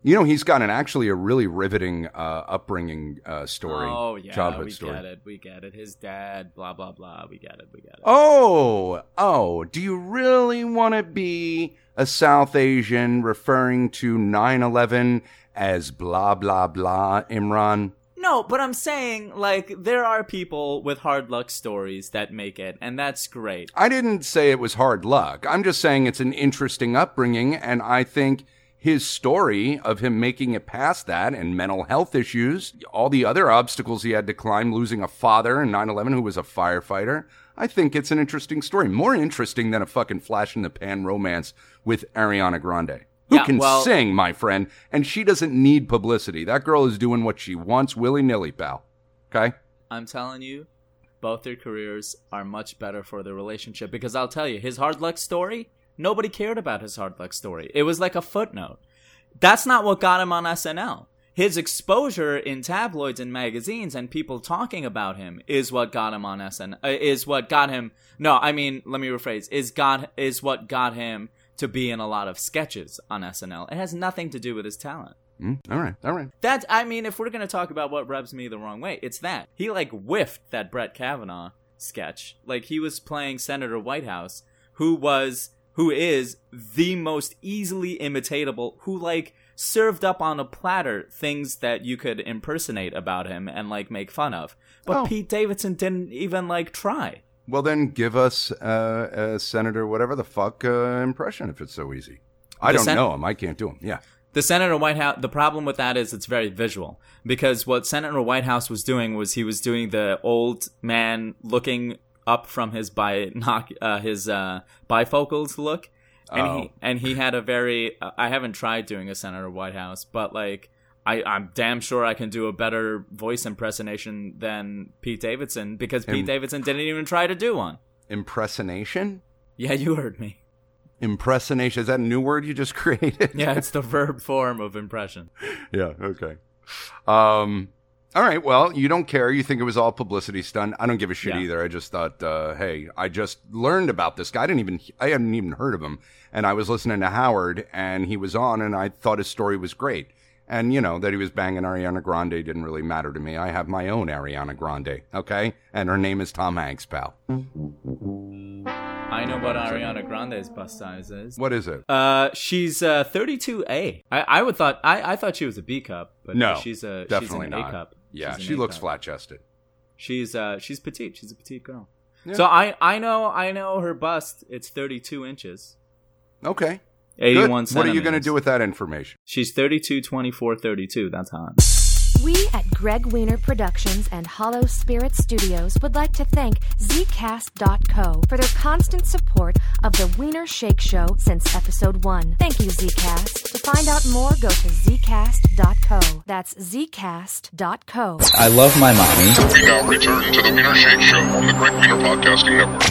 S2: You know, he's got an actually a really riveting uh, upbringing uh, story.
S3: Oh yeah,
S2: childhood
S3: we
S2: story.
S3: get it. We get it. His dad, blah blah blah. We get it. We get it.
S2: Oh, oh, do you really want to be a South Asian referring to 9 11 as blah, blah, blah, Imran?
S3: No, but I'm saying like there are people with hard luck stories that make it, and that's great.
S2: I didn't say it was hard luck. I'm just saying it's an interesting upbringing, and I think his story of him making it past that and mental health issues, all the other obstacles he had to climb, losing a father in 9 11 who was a firefighter, I think it's an interesting story. More interesting than a fucking flash in the pan romance with Ariana Grande. Who
S3: Yeah,
S2: can
S3: well-
S2: sing, my friend, and she doesn't need publicity. That girl is doing what she wants willy nilly, pal. Okay?
S3: I'm telling you, both their careers are much better for their relationship because I'll tell you, his hard luck story, nobody cared about his hard luck story. It was like a footnote. That's not what got him on SNL. His exposure in tabloids and magazines and people talking about him is what got him on SNL. uh, Is what got him. No, I mean, let me rephrase. Is got is what got him to be in a lot of sketches on SNL. It has nothing to do with his talent.
S2: Mm, all right, all right.
S3: That's, I mean, if we're gonna talk about what rubs me the wrong way, it's that he like whiffed that Brett Kavanaugh sketch. Like he was playing Senator Whitehouse, who was who is the most easily imitatable, who like served up on a platter things that you could impersonate about him and like make fun of. But
S2: Oh.
S3: Pete Davidson didn't even like try.
S2: Well, then give us uh, a senator, whatever the fuck uh, impression, if it's so easy. I
S3: The
S2: don't
S3: sen-
S2: know him. I can't do him. Yeah.
S3: The Senator Whitehouse. The problem with that is it's very visual because what Senator Whitehouse was doing was he was doing the old man looking up from his bi knock uh, his uh, bifocals look, and
S2: Oh.
S3: he and he had a very. Uh, I haven't tried doing a Senator Whitehouse, but like. I, I'm damn sure I can do a better voice impersonation than Pete Davidson because Pete
S2: Im-
S3: Davidson didn't even try to do one.
S2: Impersonation?
S3: Yeah, you heard me.
S2: Impersonation. Is that a new word you just created?
S3: Yeah, it's the verb form of impression.
S2: yeah. Okay. Um, all right. Well, you don't care. You think it was all publicity stunt. I don't give a shit
S3: Yeah.
S2: either. I just thought, uh, hey, I just learned about this guy. I didn't even, I hadn't even heard of him. And I was listening to Howard and he was on and I thought his story was great. And, you know, that he was banging Ariana Grande didn't really matter to me. I have my own Ariana Grande. Okay. And her name is Tom Hanks, pal.
S3: I know what Ariana Grande's bust size is.
S2: What is it?
S3: Uh, she's uh 32A. I I would thought I I thought she was a B cup, but
S2: No,
S3: she's a
S2: Definitely
S3: she's an
S2: not.
S3: A cup.
S2: Yeah.
S3: She's an
S2: She
S3: A
S2: looks
S3: cup.
S2: flat chested.
S3: She's uh she's petite. She's a petite girl.
S2: Yeah.
S3: So I I know I know her bust. It's 32 inches.
S2: Okay. Good.
S3: 81
S2: What are you
S3: centimeters.
S2: going to do with that information?
S3: She's 32 24 32. That's hot.
S9: We at Greg Wiener Productions and Hollow Spirit Studios would like to thank Zcast.co for their constant support of the Wiener Shake Show since episode one. Thank you, Zcast. To find out more, go to Zcast.co. That's Zcast.co.
S10: I love my mommy.
S5: We now return to the Wiener Shake Show on the Greg Wiener Podcasting Network.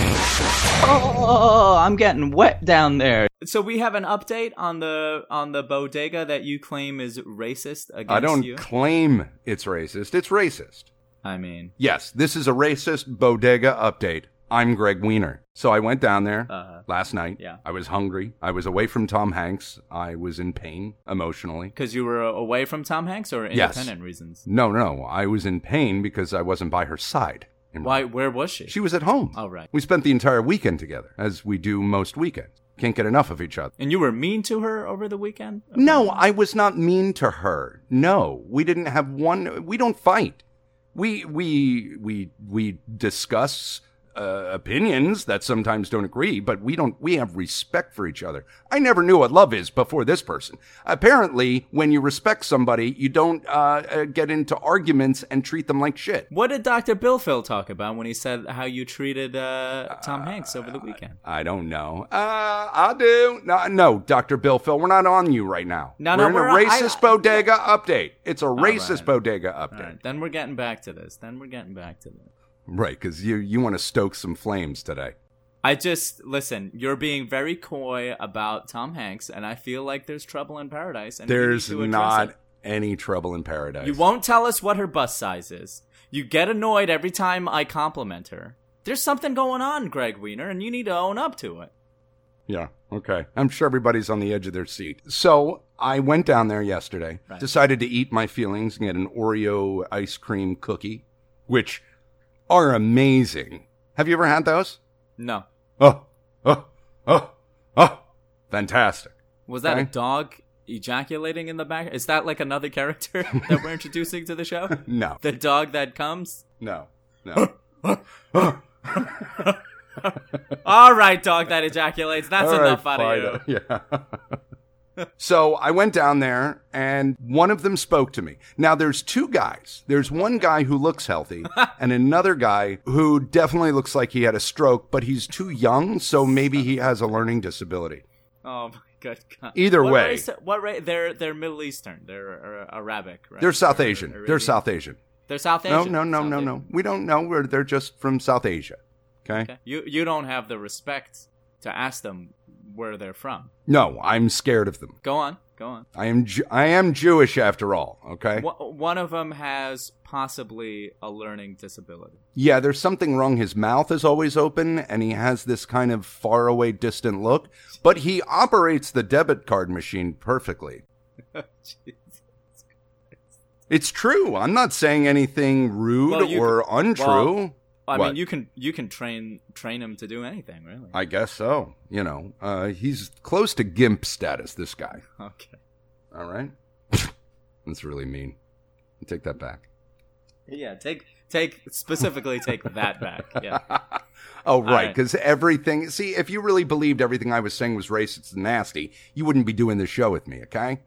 S3: Oh, I'm getting wet down there. So we have an update on the on the bodega that you claim is racist against
S2: I don't
S3: you.
S2: claim it's racist. It's racist.
S3: I mean,
S2: Yes, this is a racist bodega update. I'm Greg Wiener. So I went down there
S3: Uh-huh.
S2: last night.
S3: Yeah.
S2: I was hungry. I was away from Tom Hanks. I was in pain emotionally.
S3: cuz you were away from Tom Hanks or
S2: Yes.
S3: independent reasons.
S2: No, no, I was in pain because I wasn't by her side. And
S3: Why where was she?
S2: She was at home.
S3: Oh, right.
S2: We spent the entire weekend together, as we do most weekends. Can't get enough of each other.
S3: And you were mean to her over the weekend?
S2: No, I was not mean to her. No, we didn't have one. We don't fight. We we we we discuss uh, opinions that sometimes don't agree, but we don't. We have respect for each other. I never knew what love is before this person. Apparently, when you respect somebody, you don't uh, uh, get into arguments and treat them like shit.
S3: What did Dr. Bill Phil talk about when he said how you treated uh, Tom Hanks over the weekend?
S2: I don't know. Uh, I do. No, no, Dr. Bill Phil, we're not on you right now.
S3: No,
S2: we're
S3: no,
S2: in
S3: we're
S2: a
S3: on- I-
S2: racist bodega update. It's a racist
S3: right.
S2: bodega update.
S3: All right, then we're getting back to this. Then we're getting back to this.
S2: Right, because you you want to stoke some flames today.
S3: I just listen. You're being very coy about Tom Hanks, and I feel like there's trouble in paradise. And we need
S2: There's
S3: to address
S2: not
S3: it.
S2: any trouble in paradise.
S3: You won't tell us what her bust size is. You get annoyed every time I compliment her. There's something going on, Greg Wiener, and you need to own up to it.
S2: Yeah. Okay. I'm sure everybody's on the edge of their seat. So I went down there yesterday,
S3: Right.
S2: decided to eat my feelings and get an Oreo ice cream cookie, which are amazing. Have you ever had those?
S3: No.
S2: Oh, oh, oh, oh, fantastic.
S3: Was that a
S2: Okay.
S3: dog ejaculating in the back? Is that like another character that we're introducing to the show?
S2: No,
S3: The dog that comes?
S2: no, no.
S3: All right, dog that ejaculates. That's
S2: All right,
S3: enough out of you.
S2: Fido. Yeah. so I went down there and one of them spoke to me. Now there's two guys. There's one guy who looks healthy and another guy who definitely looks like he had a stroke, but he's too young, so maybe he has a learning disability.
S3: Oh my good god.
S2: Either
S3: what
S2: way.
S3: race- what race? They're they're Middle Eastern. They're uh, Arabic, right?
S2: They're South
S3: Or-
S2: Asian.
S3: or
S2: They're
S3: Indian.
S2: South Asian.
S3: They're South
S2: No,
S3: Asian.
S2: no, no,
S3: South
S2: no,
S3: Asian.
S2: no. We don't know. We're, they're just from South Asia. okay.
S3: Okay. You you don't have the respect to ask them where they're from.
S2: No, I'm scared of them.
S3: Go on, go on.
S2: I am Ju- I am Jewish after all, okay?
S3: Wha- One of them has possibly a learning disability.
S2: Yeah, there's something wrong. His mouth is always open and he has this kind of faraway distant look, but he operates the debit card machine perfectly.
S3: Jeez.
S2: It's true. I'm not saying anything rude
S3: Well, you
S2: or
S3: could-
S2: untrue.
S3: well, I
S2: What?
S3: mean, you can you can train train him to do anything, really.
S2: I guess so. You know, uh, he's close to gimp status, this guy.
S3: okay.
S2: All right? That's really mean. I take that back.
S3: Yeah, take take specifically take that back. Yeah.
S2: oh, right.
S3: right.
S2: Because everything, see, if you really believed everything I was saying was racist and nasty, you wouldn't be doing this show with me, okay?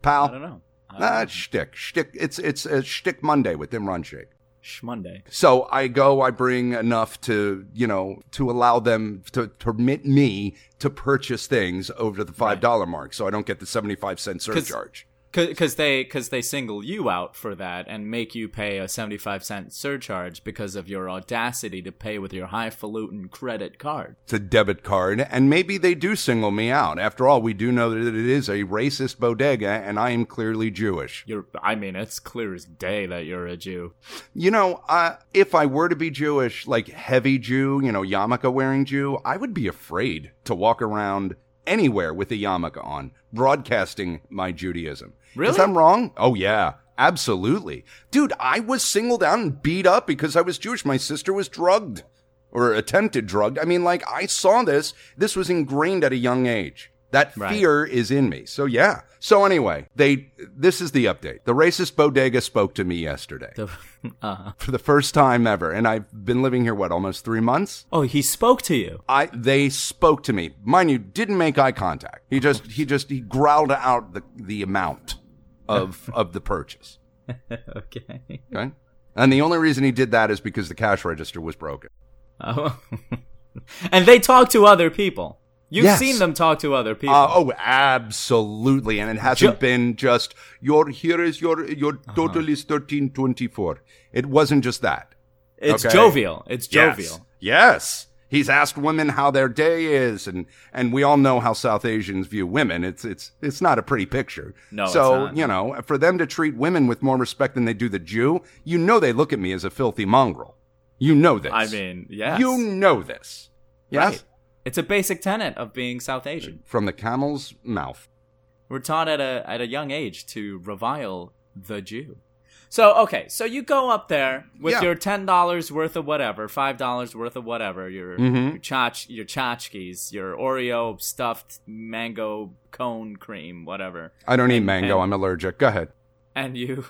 S2: Pal?
S3: I don't know. Uh, I
S2: Ah,
S3: don't
S2: it's shtick, shtick. It's it's a shtick Monday with Imran Sheikh.
S3: know. Shmonday.
S2: So I go, I bring enough to you know to allow them to permit me to purchase things over the five dollar mark, so I don't get the seventy five cent
S3: 'Cause-
S2: surcharge.
S3: Because they because they single you out for that and make you pay a seventy five cent surcharge because of your audacity to pay with your highfalutin credit card.
S2: It's a debit card, and maybe they do single me out. After all, we do know that it is a racist bodega, and I am clearly Jewish.
S3: You're I mean, it's clear as day that you're a Jew.
S2: You know, uh, if I were to be Jewish, like heavy Jew, you know, yarmulke wearing Jew, I would be afraid to walk around anywhere with a yarmulke on, broadcasting my Judaism. 'Cause
S3: Really?
S2: I'm wrong? Oh, yeah. Absolutely. Dude, I was singled out and beat up because I was Jewish. My sister was drugged or attempted drugged. I mean, like, I saw this. This was ingrained at a young age. That
S3: Right.
S2: fear is in me. So, yeah. So, anyway, they, this is the update. The racist bodega spoke to me yesterday
S3: The, uh,
S2: for the first time ever and i've been living here what almost three months
S3: oh, he spoke to you.
S2: i they spoke to me mind you didn't make eye contact he just he just he growled out the the amount of of the purchase
S3: okay.
S2: okay and the only reason he did that is because the cash register was broken
S3: Oh. and they talk to other people. You've
S2: Yes.
S3: seen them talk to other people.
S2: uh, oh absolutely and it hasn't
S3: Ju-
S2: been just your here is your your total is 1324 it wasn't just that
S3: it's
S2: okay.
S3: jovial. It's
S2: Yes.
S3: jovial.
S2: Yes. He's asked women how their day is and and we all know how South Asians view women. It's it's it's not a pretty picture.
S3: No, it's
S2: So,
S3: not.
S2: you know, for them to treat women with more respect than they do the Jew, you know they look at me as a filthy mongrel. You know this.
S3: I mean, yes.
S2: You know this. Yes.
S3: Right. It's a basic tenet of being South Asian.
S2: From the camel's mouth.
S3: We're taught at a at a young age to revile the Jew. So okay, so you go up there with
S2: Yeah.
S3: your ten dollars worth of whatever, five dollars worth of whatever, your
S2: Mm-hmm.
S3: your chach your tchotchkes, your Oreo stuffed mango cone cream, whatever.
S2: I don't eat mango.
S3: and-
S2: I'm allergic. Go ahead.
S3: and you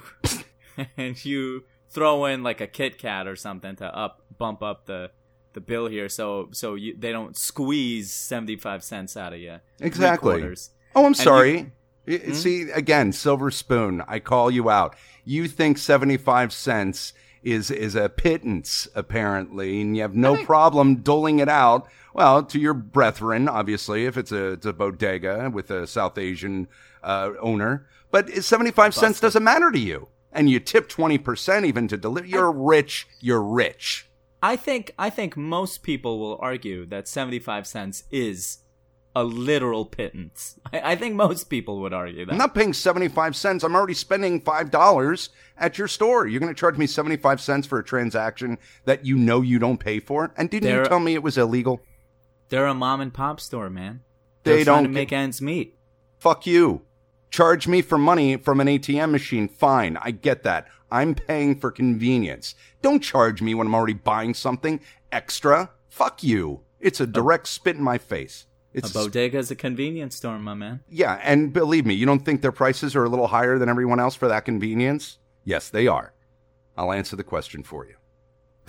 S3: and you throw in like a Kit Kat or something to up bump up the the bill here, so so you, they don't squeeze seventy five cents out of you. Three
S2: Exactly.
S3: quarters.
S2: Oh, I'm
S3: you-
S2: sorry. Y- See, again, silver spoon. I call you out. You think 75 cents is is a pittance apparently, and you have no problem doling it out. Well, to your brethren, obviously, if it's a, it's a bodega with a South Asian uh, owner, but is 75 cents doesn't matter to you. And you tip 20% even to deliver. You're rich. You're rich.
S3: I think I think most people will argue that seventy five cents is a literal pittance. I, I think most people would argue that.
S2: I'm not paying 75 cents. I'm already spending $5 at your store. You're going to charge me 75 cents for a transaction that you know you don't pay for? And didn't
S3: There-
S2: you tell me it was illegal?
S3: They're a mom and pop store, man.
S2: They
S3: They're trying
S2: don't
S3: to make
S2: get-
S3: ends meet.
S2: Fuck you. Charge me for money from an ATM machine. Fine. I get that. I'm paying for convenience. Don't charge me when I'm already buying something extra. Fuck you. It's a direct spit in my face.
S3: A
S2: It's
S3: bodega is a convenience store, my man.
S2: yeah, and believe me, you don't think their prices are a little higher than everyone else for that convenience? Yes, they are. I'll answer the question for you.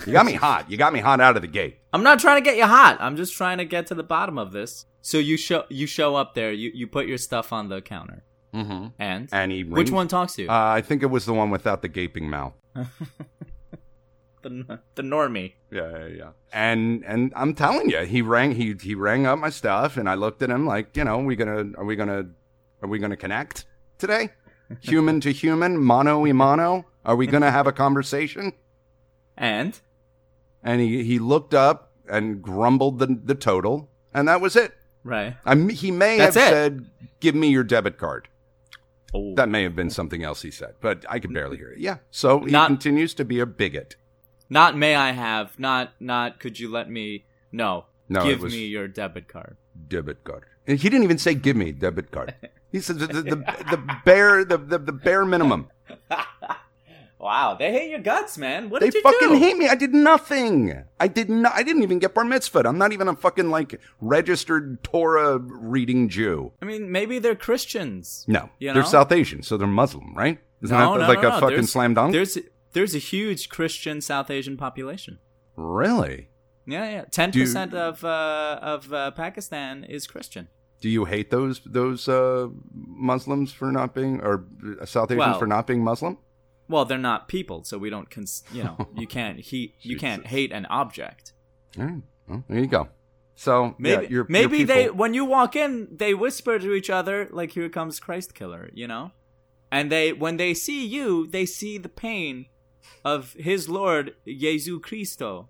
S2: You got me hot. You got me hot out of the gate.
S3: I'm not trying to get you hot. I'm just trying to get to the bottom of this. So you show you show up there. You you put your stuff on the counter.
S2: Mm-hmm.
S3: And
S2: And he
S3: which
S2: rings-
S3: one talks to you?
S2: Uh, I think it was the one without the gaping mouth.
S3: the the normie.
S2: Yeah, yeah, yeah. And and I'm telling you, he rang he he rang up my stuff, and I looked at him like, you know, we gonna are we gonna are we gonna connect today, human to human, mono y mono? Are we gonna have a conversation?
S3: And
S2: And he he looked up and grumbled the the total, and that was it.
S3: right.
S2: I m he may
S3: That's
S2: have
S3: it.
S2: said, "Give me your debit card."
S3: Oh.
S2: That may have been something else he said, but I could barely hear it. Yeah. So he
S3: Not-
S2: continues to be a bigot.
S3: Not may I have. Not not could you let me no.
S2: No, it
S3: Give
S2: was-
S3: me your debit card.
S2: debit card. And he didn't even say give me debit card. He said the, the, the, the bare the, the, the bare minimum.
S3: Wow, they hate your guts, man. What
S2: They
S3: did you
S2: fucking
S3: do?
S2: hate me. I did nothing. I did not I didn't even get bar mitzvah. I'm not even a fucking like registered Torah reading Jew.
S3: I mean, maybe they're Christians.
S2: No.
S3: You
S2: They're
S3: know?
S2: South Asian, so they're Muslim, right? Isn't that like a fucking
S3: There's-
S2: slam dunk?
S3: There's there's a huge Christian South Asian population.
S2: Really?
S3: Yeah, yeah. Ten percent of uh, of uh, Pakistan is Christian.
S2: Do you hate those those uh, Muslims for not being or uh, South Asians
S3: Well-
S2: for not being Muslim?
S3: Well, they're not people, so we don't. Cons- you know, you can't he you can't hate an object.
S2: All right. Well, there you go. So
S3: Maybe
S2: yeah, your, your
S3: maybe they
S2: people-
S3: when you walk in, they whisper to each other like, "Here comes Christ Killer," you know, and they when they see you, they see the pain of his Lord Jesu Cristo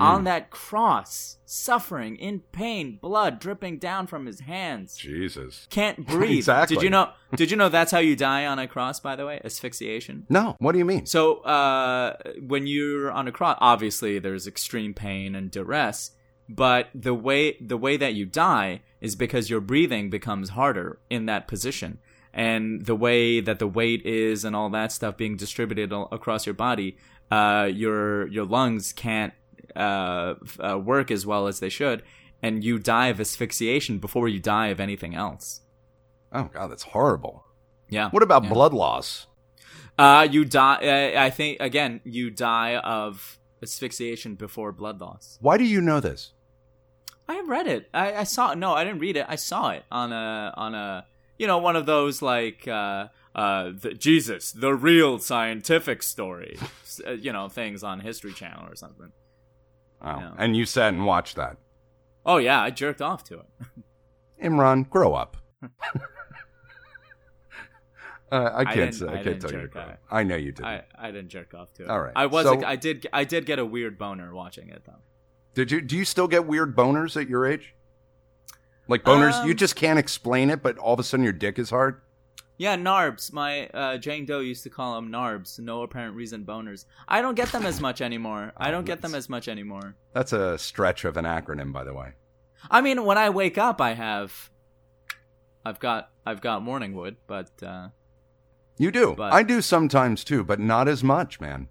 S2: Mm.
S3: on that cross, suffering in pain, blood dripping down from his hands.
S2: Jesus.
S3: Can't breathe.
S2: Exactly.
S3: Did you know? Did you know that's how you die on a cross? By the way, asphyxiation.
S2: No. What do you mean?
S3: So uh, when you're on a cross, obviously there's extreme pain and duress, but the way the way that you die is because your breathing becomes harder in that position, and the way that the weight is and all that stuff being distributed all across your body, uh, your your lungs can't uh, f- uh, work as well as they should, and you die of asphyxiation before you die of anything else.
S2: Oh God, that's horrible.
S3: Yeah.
S2: What about
S3: Yeah.
S2: blood loss?
S3: Uh, you die. Uh, I think again, you die of asphyxiation before blood loss.
S2: Why do you know this?
S3: I read it. I, I saw. No, I didn't read it. I saw it on a on a you know one of those like uh uh the, Jesus the real scientific story s- uh, you know things on History Channel or something.
S2: Oh,
S3: Yeah.
S2: and you sat and watched that.
S3: Oh yeah, I jerked off to it.
S2: Imran, grow up. uh, I can't.
S3: didn't-
S2: say,
S3: I
S2: I, can't
S3: didn't
S2: tell you. to
S3: jerk
S2: grow up.
S3: out.
S2: I know you did.
S3: I I didn't jerk off to it.
S2: All right,
S3: I was.
S2: so-
S3: I did. I did get a weird boner watching it though.
S2: Did you? Do you still get weird boners at your age? Like boners, you
S3: Um,
S2: just can't explain it, but all of a sudden your dick is hard.
S3: Yeah, narbs. My uh, Jane Doe used to call them narbs. No apparent reason boners. I don't get them as much anymore. I don't get them as much anymore.
S2: That's a stretch of an acronym, by the way.
S3: I mean, when I wake up, I have, I've got, I've got morning wood, but uh,
S2: You do.
S3: But-
S2: I do sometimes too, but not as much, man.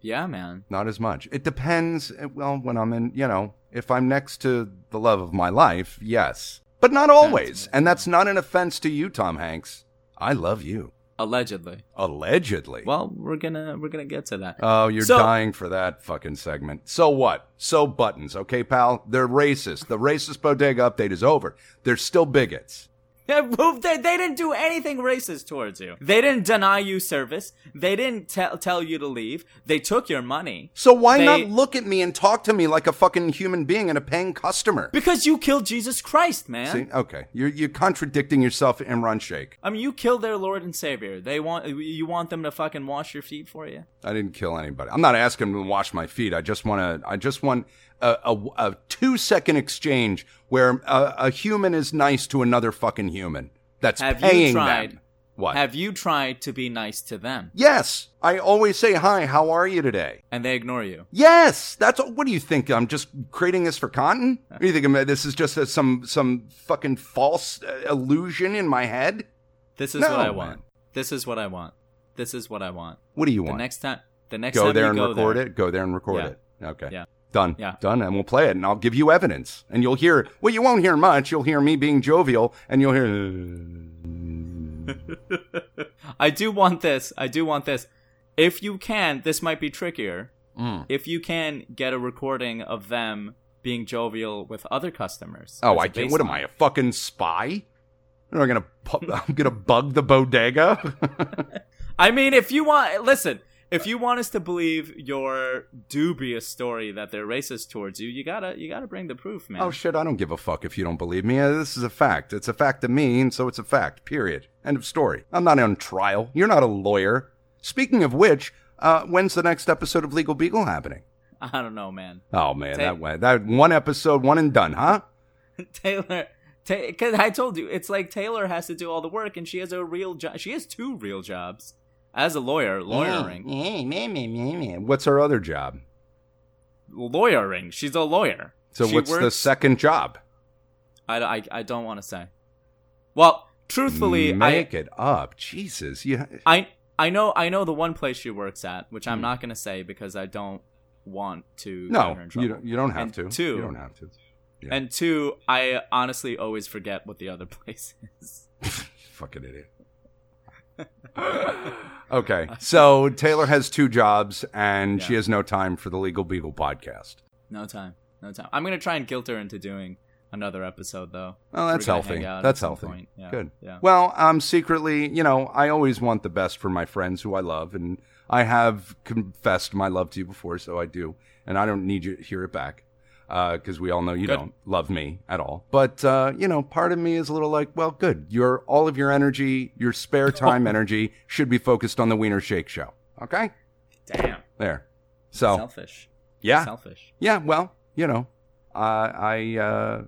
S3: yeah, man.
S2: Not as much. It depends. uh, Well, when I'm in, you know, if I'm next to the love of my life, yes, but not always. and that's not an offense to you, Tom Hanks. I love you.
S3: Allegedly.
S2: Allegedly.
S3: Well, we're gonna, we're gonna get to that.
S2: oh, you're
S3: So-
S2: dying for that fucking segment. So what? So buttons, okay, pal? They're racist. The racist bodega update is over. They're still bigots.
S3: Yeah, well, they, they didn't do anything racist towards you. They didn't deny you service. They didn't tell tell you to leave. They took your money.
S2: So why
S3: They-
S2: not look at me and talk to me like a fucking human being and a paying customer?
S3: Because you killed Jesus Christ, man.
S2: See? Okay, you're you're contradicting yourself, Imran Sheikh.
S3: I mean, you killed their Lord and Savior. They want you want them to fucking wash your feet for you.
S2: I didn't kill anybody. I'm not asking him to wash my feet. I just want to. I just want a, a, a two second exchange where a, a human is nice to another fucking human. That's
S3: Have you
S2: paying
S3: tried-
S2: them. What?
S3: Have you tried to be nice to them,
S2: yes, I always say hi. How are you today?
S3: and they ignore you?
S2: Yes, that's what do you think? I'm just creating this for cotton? What do you think I'm- this is just a, some some fucking false uh, illusion in my head?
S3: This is
S2: No,
S3: what I
S2: man.
S3: want. This is what I want. This is what I want.
S2: What do you
S3: The
S2: want?
S3: next time, the next
S2: go
S3: time
S2: there
S3: you
S2: and
S3: go
S2: record
S3: there,
S2: it. Go there and record
S3: Yeah.
S2: it. Okay.
S3: Yeah.
S2: Done.
S3: Yeah.
S2: Done. And we'll play it, and I'll give you evidence, and you'll hear. Well, you won't hear much. You'll hear me being jovial, and you'll "Oh, hear.
S3: I do want this. I do want this. If you can, this might be trickier.
S2: Mm.
S3: If you can get a recording of them being jovial with other customers.
S2: Oh,
S3: as
S2: I
S3: a
S2: can't. What am I,
S3: baseline.
S2: a fucking spy? Am I gonna? Pu- I'm gonna bug the bodega.
S3: I mean, if you want, listen. If you want us to believe your dubious story that they're racist towards you, you gotta you gotta bring the proof, man.
S2: oh shit! I don't give a fuck if you don't believe me. Uh, This is a fact. It's a fact to me, and so it's a fact. Period. End of story. I'm not on trial. You're not a lawyer. Speaking of which, uh, when's the next episode of Legal Beagle happening?
S3: I don't know, man.
S2: Oh man,
S3: Take-
S2: that way that one episode, one and done, huh?
S3: Taylor, because I told you, it's like Taylor has to do all the work, and she has a real job. She has two real jobs as a lawyer,
S2: Mm-hmm.
S3: lawyering,
S2: Oh, What's her other job?
S3: lawyering. She's a lawyer.
S2: So
S3: She
S2: what's the
S3: works-
S2: second job?
S3: I, I, I don't want to say. Well, truthfully, I,
S2: Make it up, Jesus! Yeah,
S3: I I know I know the one place she works at, which I'm not going to say because I don't want to. get
S2: Mm-hmm.
S3: her
S2: no,
S3: in trouble.
S2: you don't. You don't have
S3: And
S2: to.
S3: Two,
S2: You don't have to. yeah.
S3: And two, I honestly always forget what the other place is.
S2: Fucking idiot. okay, so Taylor has two jobs, and she
S3: Yeah.
S2: has no time for the Legal Beagle podcast.
S3: No time, no time. I'm going to try and guilt her into doing another episode, though.
S2: Well, that's
S3: We're gonna
S2: healthy.
S3: hang out at
S2: That's
S3: some
S2: healthy.
S3: point. Yeah,
S2: Good.
S3: Yeah.
S2: Well, um, secretly, you know, I always want the best for my friends who I love, and I have confessed my love to you before, so I do, and I don't need you to hear it back, because we all know you
S3: Good.
S2: don't love me at all. But uh, you know, part of me is a little like, well, good. Your all of your energy, your spare time energy, should be focused on the Wiener Shake Show. Okay,
S3: Damn.
S2: there. So
S3: Selfish.
S2: yeah,
S3: Selfish.
S2: yeah. Well, you know, I I uh,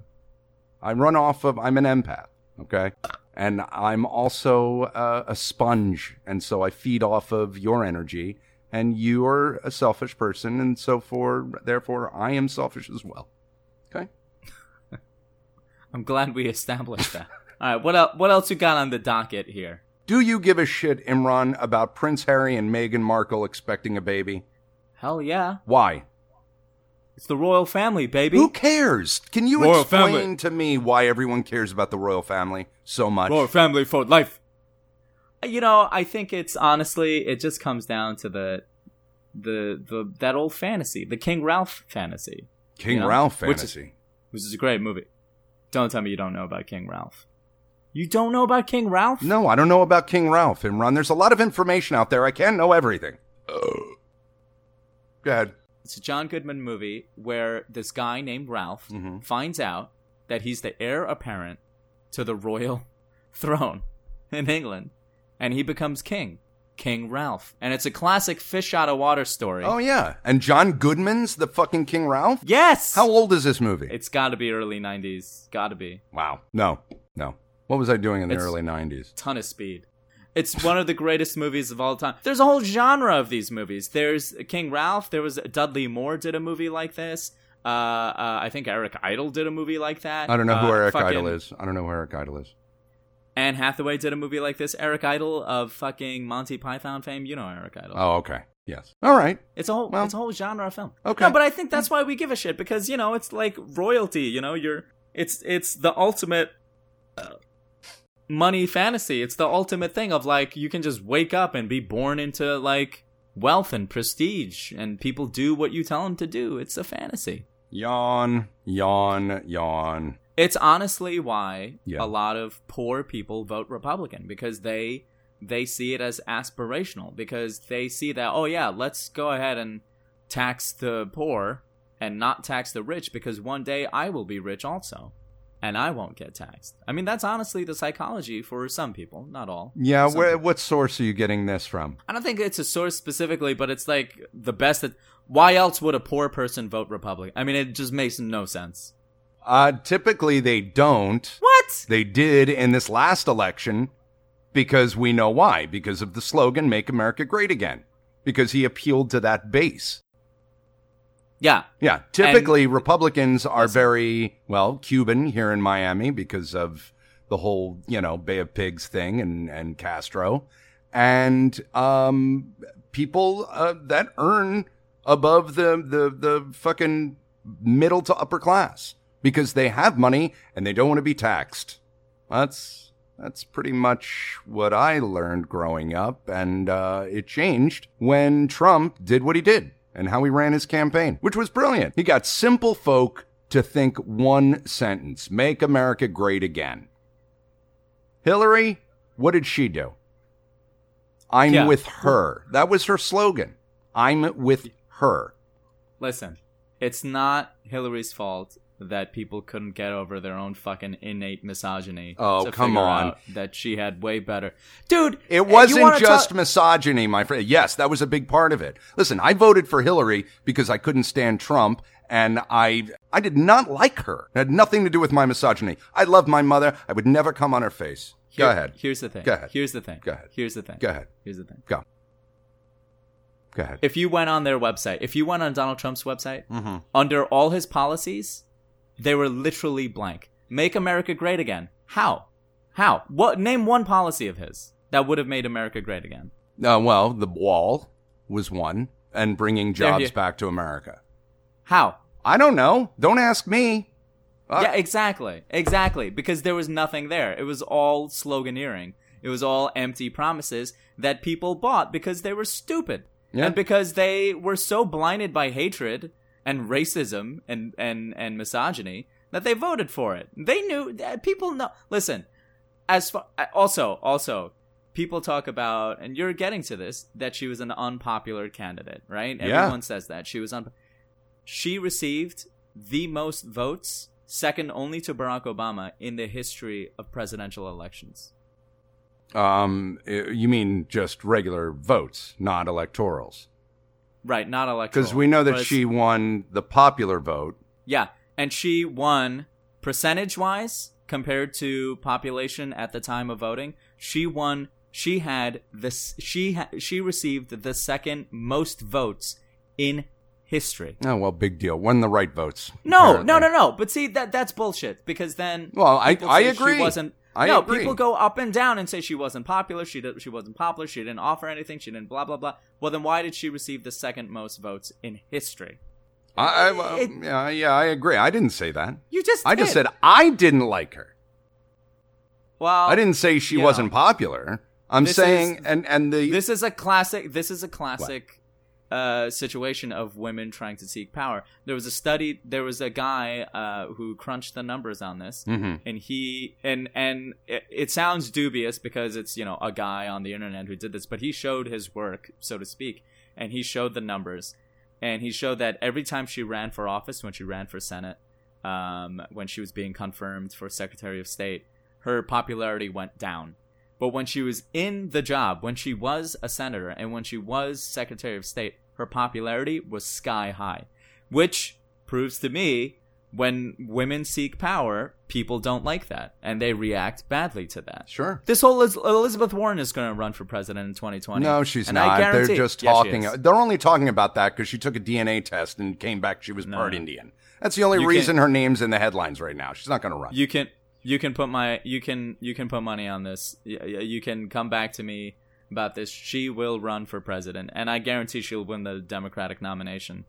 S2: I run off of I'm an empath, okay, and I'm also uh, a sponge, and so I feed off of your energy, and you're a selfish person, and so for therefore I am selfish as well. Okay,
S3: I'm glad we established that. All right. What else? What else you got on the docket here?
S2: do you give a shit, Imran, about Prince Harry and Meghan Markle expecting a baby?
S3: Hell yeah!
S2: Why?
S3: It's the royal family, baby.
S2: Who cares? Can you
S3: Royal
S2: explain
S3: family.
S2: to me why everyone cares about the royal family so much?
S3: family for life. You know, I think it's honestly, it just comes down to the, the the that old fantasy, the King Ralph fantasy,
S2: King
S3: you know,
S2: Ralph
S3: which is-
S2: fantasy.
S3: which is a great movie. Don't tell me you don't know about King Ralph. You don't know about King Ralph?
S2: No, I don't know about King Ralph, Imran. There's a lot of information out there. I can't know everything. Go ahead.
S3: It's a John Goodman movie where this guy named Ralph
S2: Mhm.
S3: finds out that he's the heir apparent to the royal throne in England, and he becomes king, King Ralph. And it's a classic fish out of water story.
S2: Oh yeah, and John Goodman's the fucking King Ralph.
S3: Yes.
S2: How old is this movie?
S3: It's got to be early '90s. Got to be
S2: wow. No, no. What was I doing in the
S3: It's-
S2: early '90s?
S3: ton of speed. It's one of the greatest movies of all time. There's a whole genre of these movies. There's King Ralph. There was Dudley Moore did a movie like this. Uh, uh, I think Eric Idle did a movie like that.
S2: I don't know who
S3: Uh,
S2: Eric
S3: fucking
S2: Idle is. I don't know who Eric Idle is.
S3: Anne Hathaway did a movie like this. Eric Idle of fucking Monty Python fame. You know Eric Idle.
S2: Oh, okay. Yes. All right.
S3: It's a whole
S2: Well,
S3: it's a whole genre of film.
S2: okay.
S3: No, but I think that's why we give a shit because you know it's like royalty. You know, you're it's it's the ultimate uh, money fantasy. It's the ultimate thing of like you can just wake up and be born into like wealth and prestige, and people do what you tell them to do. It's a fantasy.
S2: Yawn. Yawn. Yawn.
S3: It's honestly why
S2: Yeah.
S3: a lot of poor people vote Republican because they they see it as aspirational because they see that oh yeah, let's go ahead and tax the poor and not tax the rich because one day I will be rich also and I won't get taxed. I mean, that's honestly the psychology for some people, not all.
S2: Yeah.
S3: Some
S2: Where,
S3: people.
S2: what source are you getting this from?
S3: I don't think it's a source specifically, but it's like the best that why else would a poor person vote Republican? I mean, it just makes no sense.
S2: Uh, typically they don't.
S3: What?
S2: They did in this last election because we know why. Because of the slogan, Make America Great Again. Because he appealed to that base.
S3: Yeah.
S2: Yeah. Typically, Republicans are very, well, Cuban here in Miami because of the whole you know Bay of Pigs thing and and Castro, and um, people uh, that earn above the the the fucking middle to upper class because they have money and they don't want to be taxed. That's that's pretty much what I learned growing up, and uh, it changed when Trump did what he did and how he ran his campaign, which was brilliant. He got simple folk to think one sentence make America great again. Hillary, what did she do? I'm
S3: Yeah.
S2: with her. That was her slogan. I'm with her.
S3: Listen, it's not Hillary's fault that people couldn't get over their own fucking innate misogyny.
S2: Oh,
S3: to
S2: come
S3: figure
S2: on.
S3: out That she had way better. Dude, you
S2: It wasn't
S3: wanna
S2: just
S3: talk-
S2: misogyny, my friend. Yes, that was a big part of it. Listen, I voted for Hillary because I couldn't stand Trump and I I did not like her. It had nothing to do with my misogyny. I love my mother. I would never come on her face. Go
S3: Here-
S2: ahead.
S3: Here's the thing.
S2: Go ahead.
S3: Here's the thing.
S2: Go ahead.
S3: Here's the thing.
S2: Go ahead.
S3: Here's the thing.
S2: Go. Go ahead.
S3: If you went on their website, if you went on Donald Trump's website,
S2: Mm-hmm.
S3: under all his policies, they were literally blank. Make America great again. How? How? What? Name one policy of his that would have made America great again.
S2: Uh, well, the wall was one and bringing jobs
S3: you-
S2: back to America.
S3: How?
S2: I don't know. Don't ask me. Uh,
S3: yeah, exactly. Exactly. Because there was nothing there. It was all sloganeering. It was all empty promises that people bought because they were stupid.
S2: Yeah.
S3: And because they were so blinded by hatred and racism and, and, and misogyny that they voted for it. They knew that people know. Listen, as far, uh, also, also, people talk about, and you're getting to this, that she was an unpopular candidate, right?
S2: Yeah.
S3: Everyone says that. She was unpopular she received the most votes, second only to Barack Obama, in the history of presidential elections.
S2: Um, i- you mean just regular votes, not electorals?
S3: Right, not electoral.
S2: Because we know
S3: Oh, but
S2: that
S3: it's-
S2: she won the popular vote.
S3: Yeah, and she won percentage wise compared to population at the time of voting. She won. She had this. She ha- she received the second most votes in history.
S2: Oh well, big deal. Won the right votes.
S3: No,
S2: apparently.
S3: no, no, no. But see, that that's bullshit because then.
S2: Well, I-
S3: people
S2: I
S3: say
S2: agree.
S3: She wasn't.
S2: I
S3: no,
S2: agree.
S3: people go up and down and say she wasn't popular. She did, she wasn't popular. She didn't offer anything. She didn't blah blah blah. Well, then why did she receive the second most votes in history?
S2: I, I, well,
S3: It-
S2: yeah, yeah, I agree. I didn't say that.
S3: You just.
S2: I just
S3: did.
S2: said I didn't like her.
S3: Well,
S2: I didn't say she
S3: yeah.
S2: wasn't popular. I'm
S3: This
S2: saying,
S3: is-
S2: and and the
S3: This is a classic. This is a classic uh, situation of women trying to seek power. There was a study. There was a guy uh, who crunched the numbers on this, and he and and it, it sounds dubious because it's you know a guy on the internet who did this, but he showed his work, so to speak, and he showed the numbers, and he showed that every time she ran for office, when she ran for Senate, um, when she was being confirmed for Secretary of State, her popularity went down. But when she was in the job, when she was a senator and when she was Secretary of State, her popularity was sky high, which proves to me when women seek power, people don't like that and they react badly to that.
S2: sure.
S3: This whole Liz- Elizabeth Warren is going to run for president in 2020.
S2: No, she's
S3: and I
S2: not. They're
S3: guarantee-
S2: just
S3: Yes, she
S2: talking.
S3: is.
S2: They're only talking about that because she took a DNA test and came back. She was
S3: No.
S2: part Indian. That's the only
S3: You
S2: reason
S3: can't-
S2: her name's in the headlines right now. She's not going to run.
S3: You can you can put my you can you can put money on this. Y- y- You can come back to me about this. She will run for president, and I guarantee she'll win the Democratic nomination.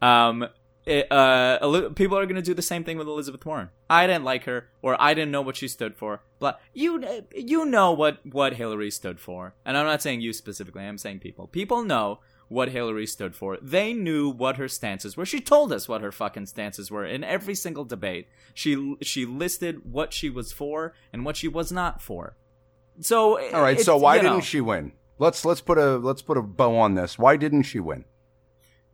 S3: Um, it, uh, Eli- people are going to do the same thing with Elizabeth Warren. I didn't like her, or I didn't know what she stood for. But you you know what what Hillary stood for, and I'm not saying you specifically. I'm saying people. People know what Hillary stood for. They knew what her stances were. She told us what her fucking stances were in every single debate. She she listed what she was for and what she was not for. So
S2: All right.
S3: it's-
S2: So why
S3: you
S2: didn't
S3: know,
S2: she win? Let's let's put a let's put a bow on this. Why didn't she win?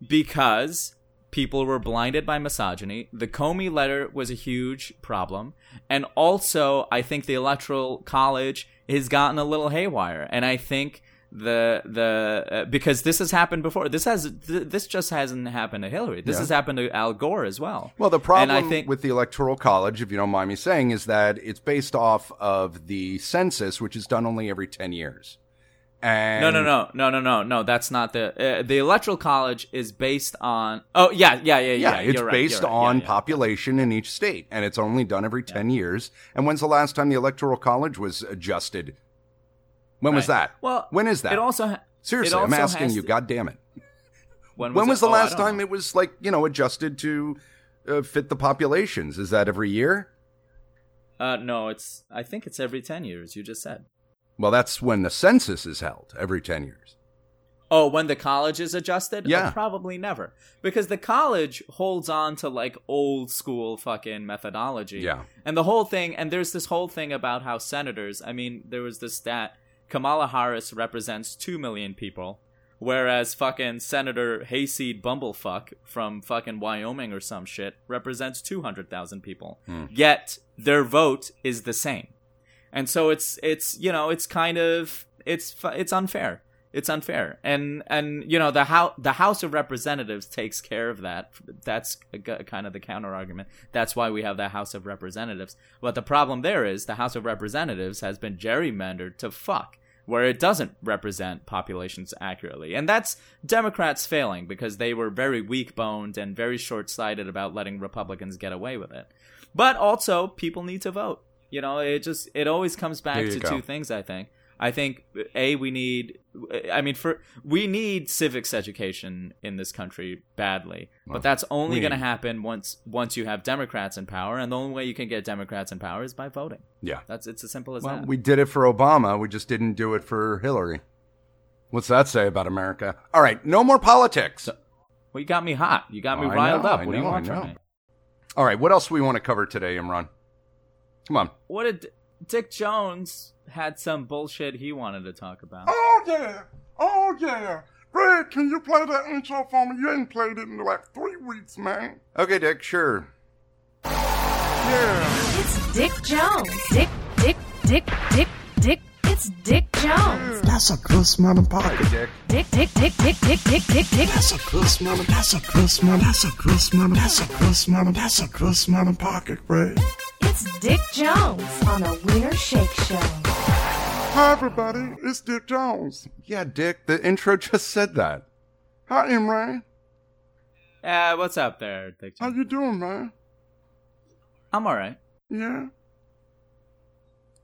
S3: because people were blinded by misogyny. The Comey letter was a huge problem. And also, I think the electoral college has gotten a little haywire. And I think the the uh, because this has happened before this has th- this just hasn't happened to hillary this
S2: Yeah.
S3: has happened to al gore as well
S2: Well, the problem
S3: and i think
S2: with the Electoral College, if you don't mind me saying, is that it's based off of the census, which is done only every 10 years. And
S3: No, no, no, no, no, no, no. That's not the uh, the electoral college is based on. Oh yeah, yeah, yeah,
S2: Yeah,
S3: yeah.
S2: it's
S3: you're right, you're
S2: based
S3: right, yeah,
S2: on
S3: yeah.
S2: population in each state, and it's only done every 10 years. And when's the last time the Electoral College was adjusted? When was
S3: Right.
S2: that?
S3: Well,
S2: when is that?
S3: It also ha-
S2: Seriously,
S3: it
S2: I'm
S3: also
S2: asking
S3: has
S2: you,
S3: to-
S2: God damn it.
S3: When was,
S2: When was
S3: it?
S2: the
S3: Oh, I
S2: last
S3: don't know.
S2: time it was like, you know, adjusted to uh, fit the populations? Is that every year?
S3: Uh, no, it's. I think it's every ten years. You just said.
S2: Well, that's when the census is held every 10 years.
S3: Oh, when the college is adjusted? Oh,
S2: Yeah.
S3: probably never. Because the college holds on to like old school fucking methodology.
S2: Yeah.
S3: And the whole thing, and there's this whole thing about how senators, I mean, there was this stat Kamala Harris represents 2 million people, whereas fucking Senator Hayseed Bumblefuck from fucking Wyoming or some shit represents 200,000 people.
S2: Hmm.
S3: Yet their vote is the same and so it's it's you know it's kind of it's fu- it's unfair it's unfair and and you know the how the house of representatives takes care of that that's a g- kind of the counter argument that's why we have the house of representatives but the problem there is the house of representatives has been gerrymandered to fuck where it doesn't represent populations accurately. And that's Democrats failing because they were very weak boned and very short sighted about letting Republicans get away with it. But also, people need to vote. You know, it just, it always comes back
S2: There you
S3: to
S2: go.
S3: two things, I think. I think, A, we need, I mean, for, we need civics education in this country badly. but that's only
S2: we
S3: going to
S2: need-
S3: happen once, once you have Democrats in power. And the only way you can get Democrats in power is by voting.
S2: Yeah.
S3: That's, it's as simple as
S2: Well,
S3: that.
S2: we did it for Obama. We just didn't do it for Hillary. What's that say about America? All right, no more politics.
S3: Well, you got me hot. You got me
S2: I
S3: riled
S2: know,
S3: up.
S2: I
S3: What do you
S2: know,
S3: want
S2: I know.
S3: from me?
S2: All right, what else we want to cover today, Imran? Come on.
S3: What did Dick Jones had some bullshit he wanted to talk about?
S6: Oh yeah, oh yeah. Greg, can you play that intro for me? You ain't played it in like three weeks, man.
S2: Okay, Dick, sure.
S6: Yeah,
S9: It's Dick Jones. Dick, Dick, Dick, Dick, Dick. It's Dick Jones.
S10: That's a good smelling pocket.
S2: Dick.
S9: Dick, Dick, Dick, Dick, Dick, Dick, Dick, Dick.
S10: That's a good smelling. That's a good smelling. That's a good smelling. That's a good smelling. That's a good smelling pocket, Greg.
S9: It's Dick Jones on the Wiener Shake Show.
S6: hi everybody, it's Dick Jones.
S2: Yeah, Dick, the intro just said that.
S6: Hi Imran,
S3: Uh, what's up there, Dick
S6: how
S2: Uh,
S3: Jones?
S6: you doing, man?
S3: I'm all right.
S6: Yeah.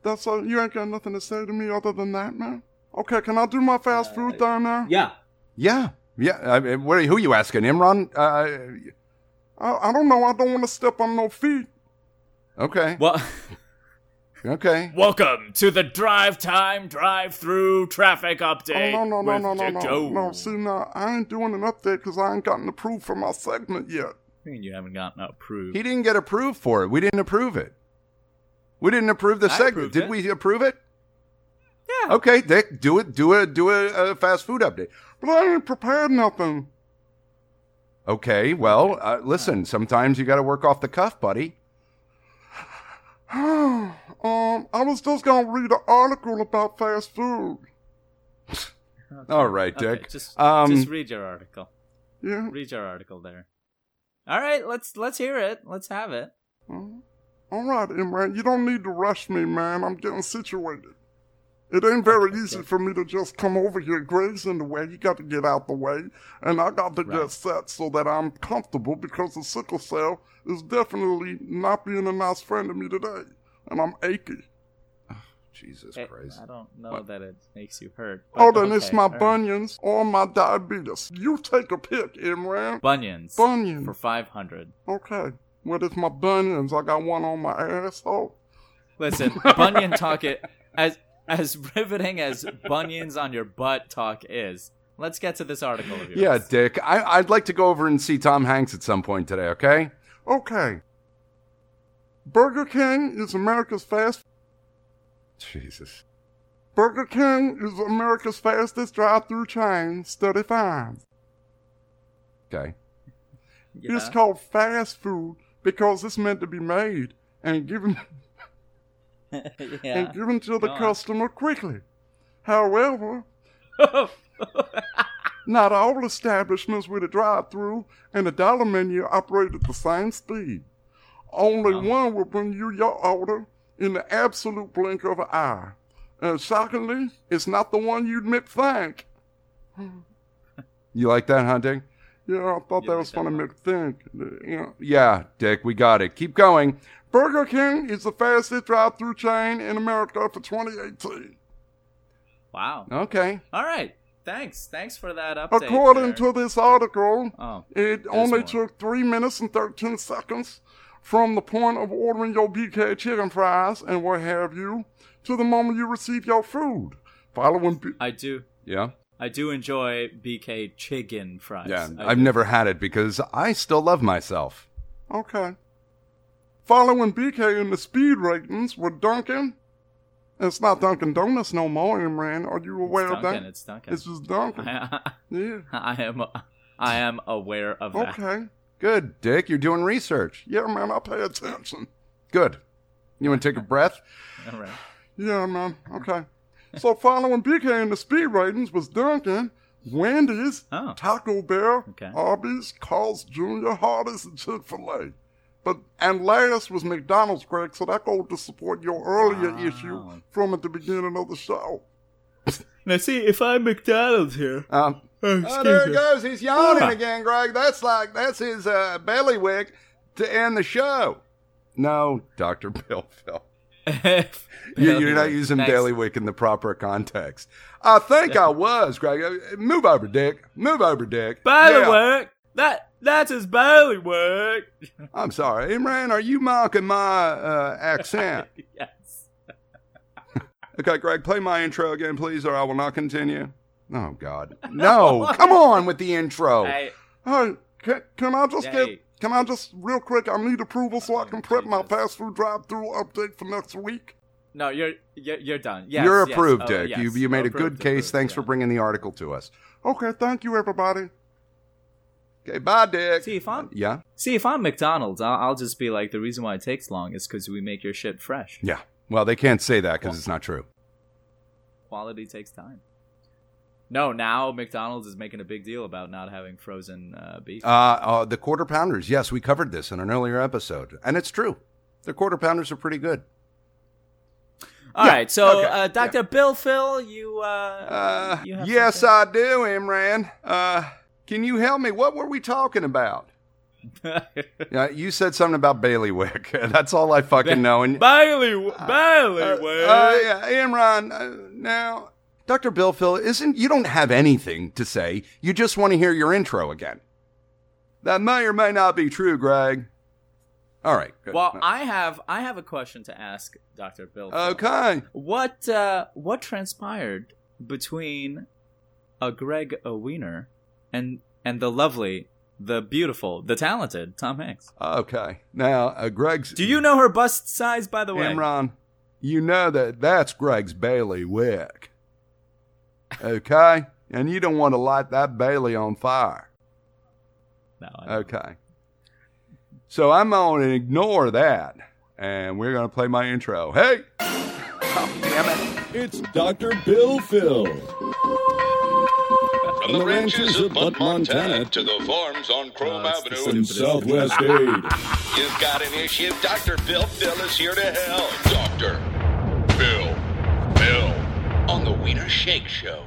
S6: That's all. You ain't got nothing to say to me other than that, man. Okay, can I do my
S3: Uh,
S6: fast food down there?
S3: Yeah.
S2: Yeah, yeah. I mean, what are, who you asking, Imran? Uh,
S6: I, I don't know. I don't want to step on no feet.
S2: okay,
S3: Well,
S2: okay.
S3: welcome to the drive time drive through traffic update.
S6: Oh, no, no,
S3: with
S6: no, no,
S3: Dick
S6: no, no.
S3: Jones.
S6: No, see, now, I ain't doing an update because I ain't gotten approved for my segment yet.
S3: I mean, you haven't gotten approved.
S2: He didn't get approved for it. We didn't approve it. We didn't approve the
S3: I
S2: segment.
S3: approved
S2: Did
S3: it.
S2: we approve it? Yeah. Okay, Dick, do it. Do a do a, a fast food update.
S6: But I ain't prepared nothing.
S2: Okay. Well, uh, listen. Sometimes you got to work off the cuff, buddy.
S6: um, I was just going to read an article about fast food.
S2: All right,
S3: Okay,
S2: Dick.
S3: just,
S2: um,
S3: just read your article.
S6: Yeah.
S3: Read your article there. All right, let's let's hear it. Let's have it.
S6: All right, Imran, you don't need to rush me, man. I'm getting situated. It ain't very easy for me to just come over here. Gray's in the way. You got to get out the way. And I got to get set so that I'm comfortable because the sickle cell is definitely not being a nice friend to me today. And I'm achy.
S2: Ah, Jesus
S3: Hey,
S2: Christ.
S3: I don't know that it makes you hurt.
S6: Oh,
S3: but
S6: then it's
S3: Eh, okay,
S6: my
S3: all right.
S6: bunions or my diabetes. You take a pick, Imran.
S3: Bunions.
S6: Bunions.
S3: For 500.
S6: Okay. Well, it's my bunions. I got one on my asshole.
S3: Listen, bunion talk it as as riveting as bunions on your butt talk is. Let's get to this article of yours.
S2: Yeah, Dick. I, I'd like to go over and see Tom Hanks at some point today. Okay.
S6: Okay. Burger King is America's fast.
S2: Jesus.
S6: Burger King is America's fastest drive-through chain. Study finds.
S2: Okay.
S3: Yeah.
S6: It's called fast food because it's meant to be made and given
S3: Yeah.
S6: and given to the
S3: Go on.
S6: customer quickly. However, not all establishments with a drive-through and a dollar menu operate at the same speed.
S2: Um,
S6: Only one will bring you your order in the absolute blink of an eye. And shockingly, it's not the one you'd Mick think.
S2: You like that, huh, Dick?
S6: Yeah, I thought that was funny, Mick think. Yeah.
S2: Yeah, Dick, we got it. Keep going.
S6: Burger King is the fastest drive-through chain in America for 2018.
S3: Wow.
S2: Okay.
S3: All right. Thanks. Thanks for that update.
S6: According
S3: Derek.
S6: to this article,
S3: Oh,
S6: it only took 3 minutes and 13 seconds from the point of ordering your BK chicken fries and what have you to the moment you receive your food. Following B-
S3: I do.
S2: Yeah.
S3: I do enjoy BK chicken fries.
S2: Yeah.
S3: I
S2: I've
S3: do.
S2: never had it because I still love myself.
S6: Okay. Following BK in the speed ratings were Dunkin'. It's not Dunkin' Donuts no more, Imran. Are you aware
S3: It's
S6: of that?
S3: Dunkin'. It's Dunkin'. Uh-huh.
S6: It's just Dunkin'.
S3: I,
S6: yeah.
S3: am. I am aware of that.
S6: Okay.
S2: Good, Dick. You're doing research.
S6: Yeah, man, I pay attention.
S2: Good. You want to take a breath?
S3: All right.
S6: Yeah, man. Okay. so following BK in the speed ratings was Dunkin', Wendy's,
S3: Oh.
S6: Taco Bell,
S3: Okay.
S6: Arby's, Carl's Jr., Hardee's, and Chick Fil A. But and last was McDonald's, Greg. So that goes to support your earlier issue from at the beginning of the show.
S3: Now see if I'm McDonald's here.
S2: Um,
S3: Oh,
S2: Oh, there he
S3: excuse me.
S2: goes. He's yawning
S3: Ah.
S2: again, Greg. That's like that's his uh, bellywick to end the show. No, Doctor Bill, Phil. You, you're not using
S3: Thanks.
S2: Ballywick in the proper context. I think I was, Greg. Uh, Move over, Dick. Move over, Dick.
S3: Barley
S2: Yeah.
S3: work. That that's his barley work.
S2: I'm sorry, Imran. Are you mocking my uh, accent?
S3: yes.
S2: Okay, Greg, play my intro again, please, or I will not continue. Oh God, no! come on with the intro.
S3: Hey,
S6: Hey, can, can I just
S3: Hey.
S6: get? Can I just real quick? I need approval so I can prep my
S3: Jesus.
S6: fast food drive-through update for next week.
S3: no, you're you're, you're done. Yes,
S2: You're
S3: yes.
S2: approved,
S3: Oh,
S2: Dick.
S3: yes.
S2: You you made a good
S3: Approved,
S2: case.
S3: approved,
S2: Thanks for
S3: yeah.
S2: bringing the article to us.
S6: Okay, thank you, everybody.
S2: Okay, bye, Dick. Uh,
S3: See if I'm
S2: Yeah,
S3: see if I'm McDonald's, I'll, I'll just be like the reason why it takes long is because we make your shit fresh.
S2: yeah. Well, they can't say that because it's not true.
S3: Quality takes time. No, now McDonald's is making a big deal about not having frozen uh, beef.
S2: Uh, uh, the quarter pounders. Yes, we covered this in an earlier episode, and it's true. The quarter pounders are pretty good.
S3: All
S2: yeah,
S3: right, so
S2: okay,
S3: uh, Dr. Bill Phil, you uh,
S2: Uh,
S3: you have
S2: yes,
S3: something?
S2: I do, Imran. Uh, can you help me? What were we talking about? Uh, Yeah, you said something about bailiwick. That's all I fucking know. And
S3: Bailey, Bailey, work.
S2: Uh, yeah, Imran. Uh, now, Dr. Bill Phil, isn't you don't have anything to say. You just want to hear your intro again. That may or may not be true, Greg. All right. Good. Uh,
S3: Well, I have I have a question to ask Dr. Bill. Phil.
S2: okay.
S3: What uh, what transpired between a Greg a Wiener and and the lovely, the beautiful, the talented Tom Hanks?
S2: Okay. Now, uh, Greg's
S3: Do you know her bust size by the way?
S2: Imran, you know that that's Greg's Bailey wick. Okay? and you don't want to light that Bailey on fire.
S3: No. I don't.
S2: Okay. So I'm going to ignore that, and we're going to play my intro. Hey!
S7: It's Dr. Bill Phil.
S8: From the ranches of Butt, Montana to the farms on Chrome
S3: No, it's the
S8: Avenue,
S7: From Southwest Aid.
S8: you've got an issue. Dr. Bill Bill is here to help. Dr. Bill Bill on the Wiener Shake Show.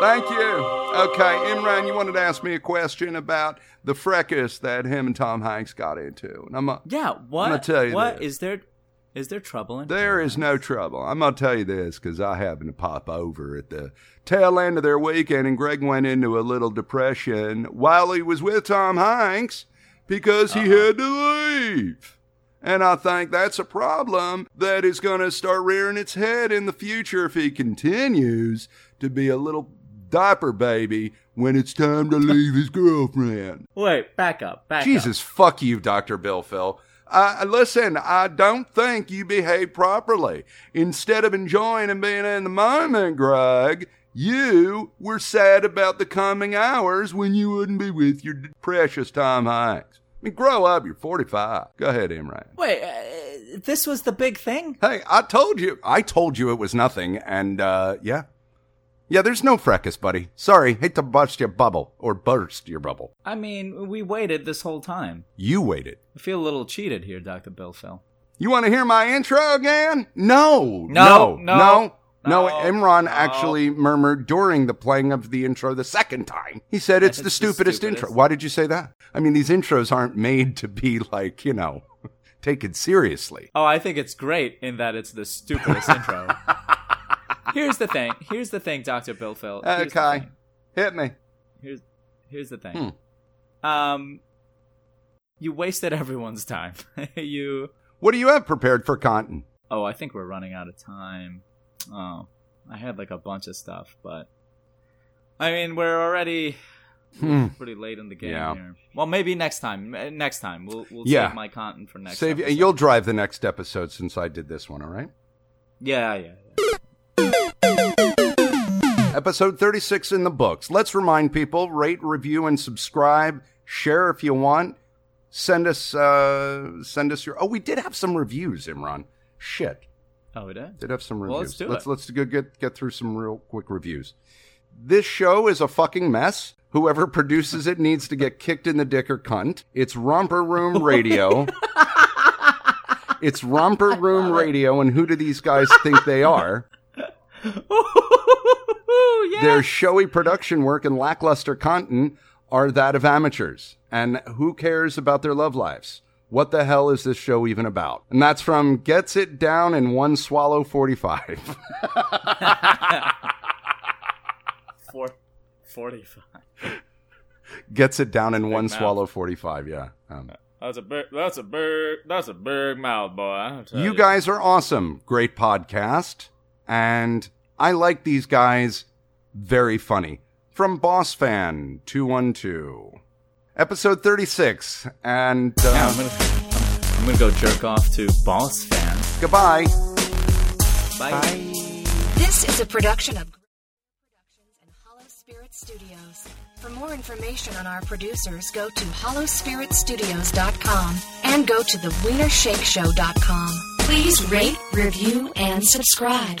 S2: Thank you. Okay, Imran, you wanted to ask me a question about the fracas that him and Tom Hanks got into. And I'm a,
S3: Yeah. What?
S2: gonna tell you
S3: what
S2: this.
S3: is there? Is there trouble in?
S2: There is no trouble. I'm going to tell you this because I happened to pop over at the tail end of their weekend, and Greg went into a little depression while he was with Tom Hanks because he had to leave. And I think that's a problem that is going to start rearing its head in the future if he continues to be a little diaper baby when it's time to leave his girlfriend.
S3: Wait, back up, back up.
S2: Jesus, fuck you, Dr. Bill Phil. Uh, listen, I don't think you behaved properly. Instead of enjoying and being in the moment, Greg, you were sad about the coming hours when you wouldn't be with your precious Tom Hanks. I mean, grow up. You're 45. Go ahead, Imran.
S3: Wait, uh, this was the big thing.
S2: Hey, I told you. I told you it was nothing. And, uh, yeah. Yeah, there's no fracas, buddy. Sorry. Hate to bust your bubble or burst your bubble.
S3: I mean, we waited this whole time.
S2: You waited.
S3: I feel a little cheated here, Dr. Bill Phil.
S2: You want to hear my intro again? No,
S3: No,
S2: no,
S3: no,
S2: no, no.
S3: no,
S2: Imran
S3: no.
S2: actually murmured during the playing of the intro the second time. He said, It's,
S3: It's
S2: the
S3: the
S2: stupidest, intro.
S3: stupidest.
S2: Why did you say that? I mean, these intros aren't made to be like, you know, taken seriously.
S3: Oh, I think it's great in that it's the stupidest intro. Here's the thing. Here's the thing, Doctor Bill Phil. Here's the
S2: Okay.
S3: thing.
S2: Hit me.
S3: Here's here's the thing.
S2: Hmm.
S3: Um, you wasted everyone's time. you.
S2: What do you have prepared for Cotton?
S3: Oh, I think we're running out of time. Oh, I had like a bunch of stuff, but I mean, we're already
S2: Hmm.
S3: pretty late in the game
S2: Yeah.
S3: here. Well, maybe next time. M- eh, Next time, we'll we'll
S2: Yeah.
S3: save my content for next.
S2: Save,
S3: episode.
S2: you'll drive the next episode since I did this one, all right?
S3: Yeah, yeah.
S2: Episode 36 in the books. Let's remind people rate, review, and subscribe. Share if you want. Send us, uh, send us your. Oh, we did have some reviews, Imran. Shit,
S3: Oh, it is.
S2: did have some reviews.
S3: Well, let's do
S2: let's
S3: it.
S2: let's go get get through some real quick reviews. This show is a fucking mess. Whoever produces it needs to get kicked in the dick or cunt. It's romper room radio. it's romper room radio, and who do these guys think they are?
S3: yeah.
S2: Their showy production work and lackluster content are that of amateurs. And who cares about their love lives? What the hell is this show even about? And that's from Gets It Down in One Swallow 45.
S3: Four, 45.
S2: Gets It Down in One
S3: mouth.
S2: Swallow 45, yeah. Um,
S3: That's a big. That's a big. That's a big mouth, boy. I'll tell
S2: you guys are awesome. Great podcast. And I like these guys. Very funny. From Boss Fan 212. Episode 36. And uh,
S3: Yeah, I'm gonna. I'm gonna go jerk off to Boss fans.
S2: goodbye.
S3: Bye.
S9: This is a production of Great Productions and Hollow Spirit Studios. For more information on our producers, go to hollowspiritstudios.com and go to the wienershakeshow.com. Please rate, review, and subscribe.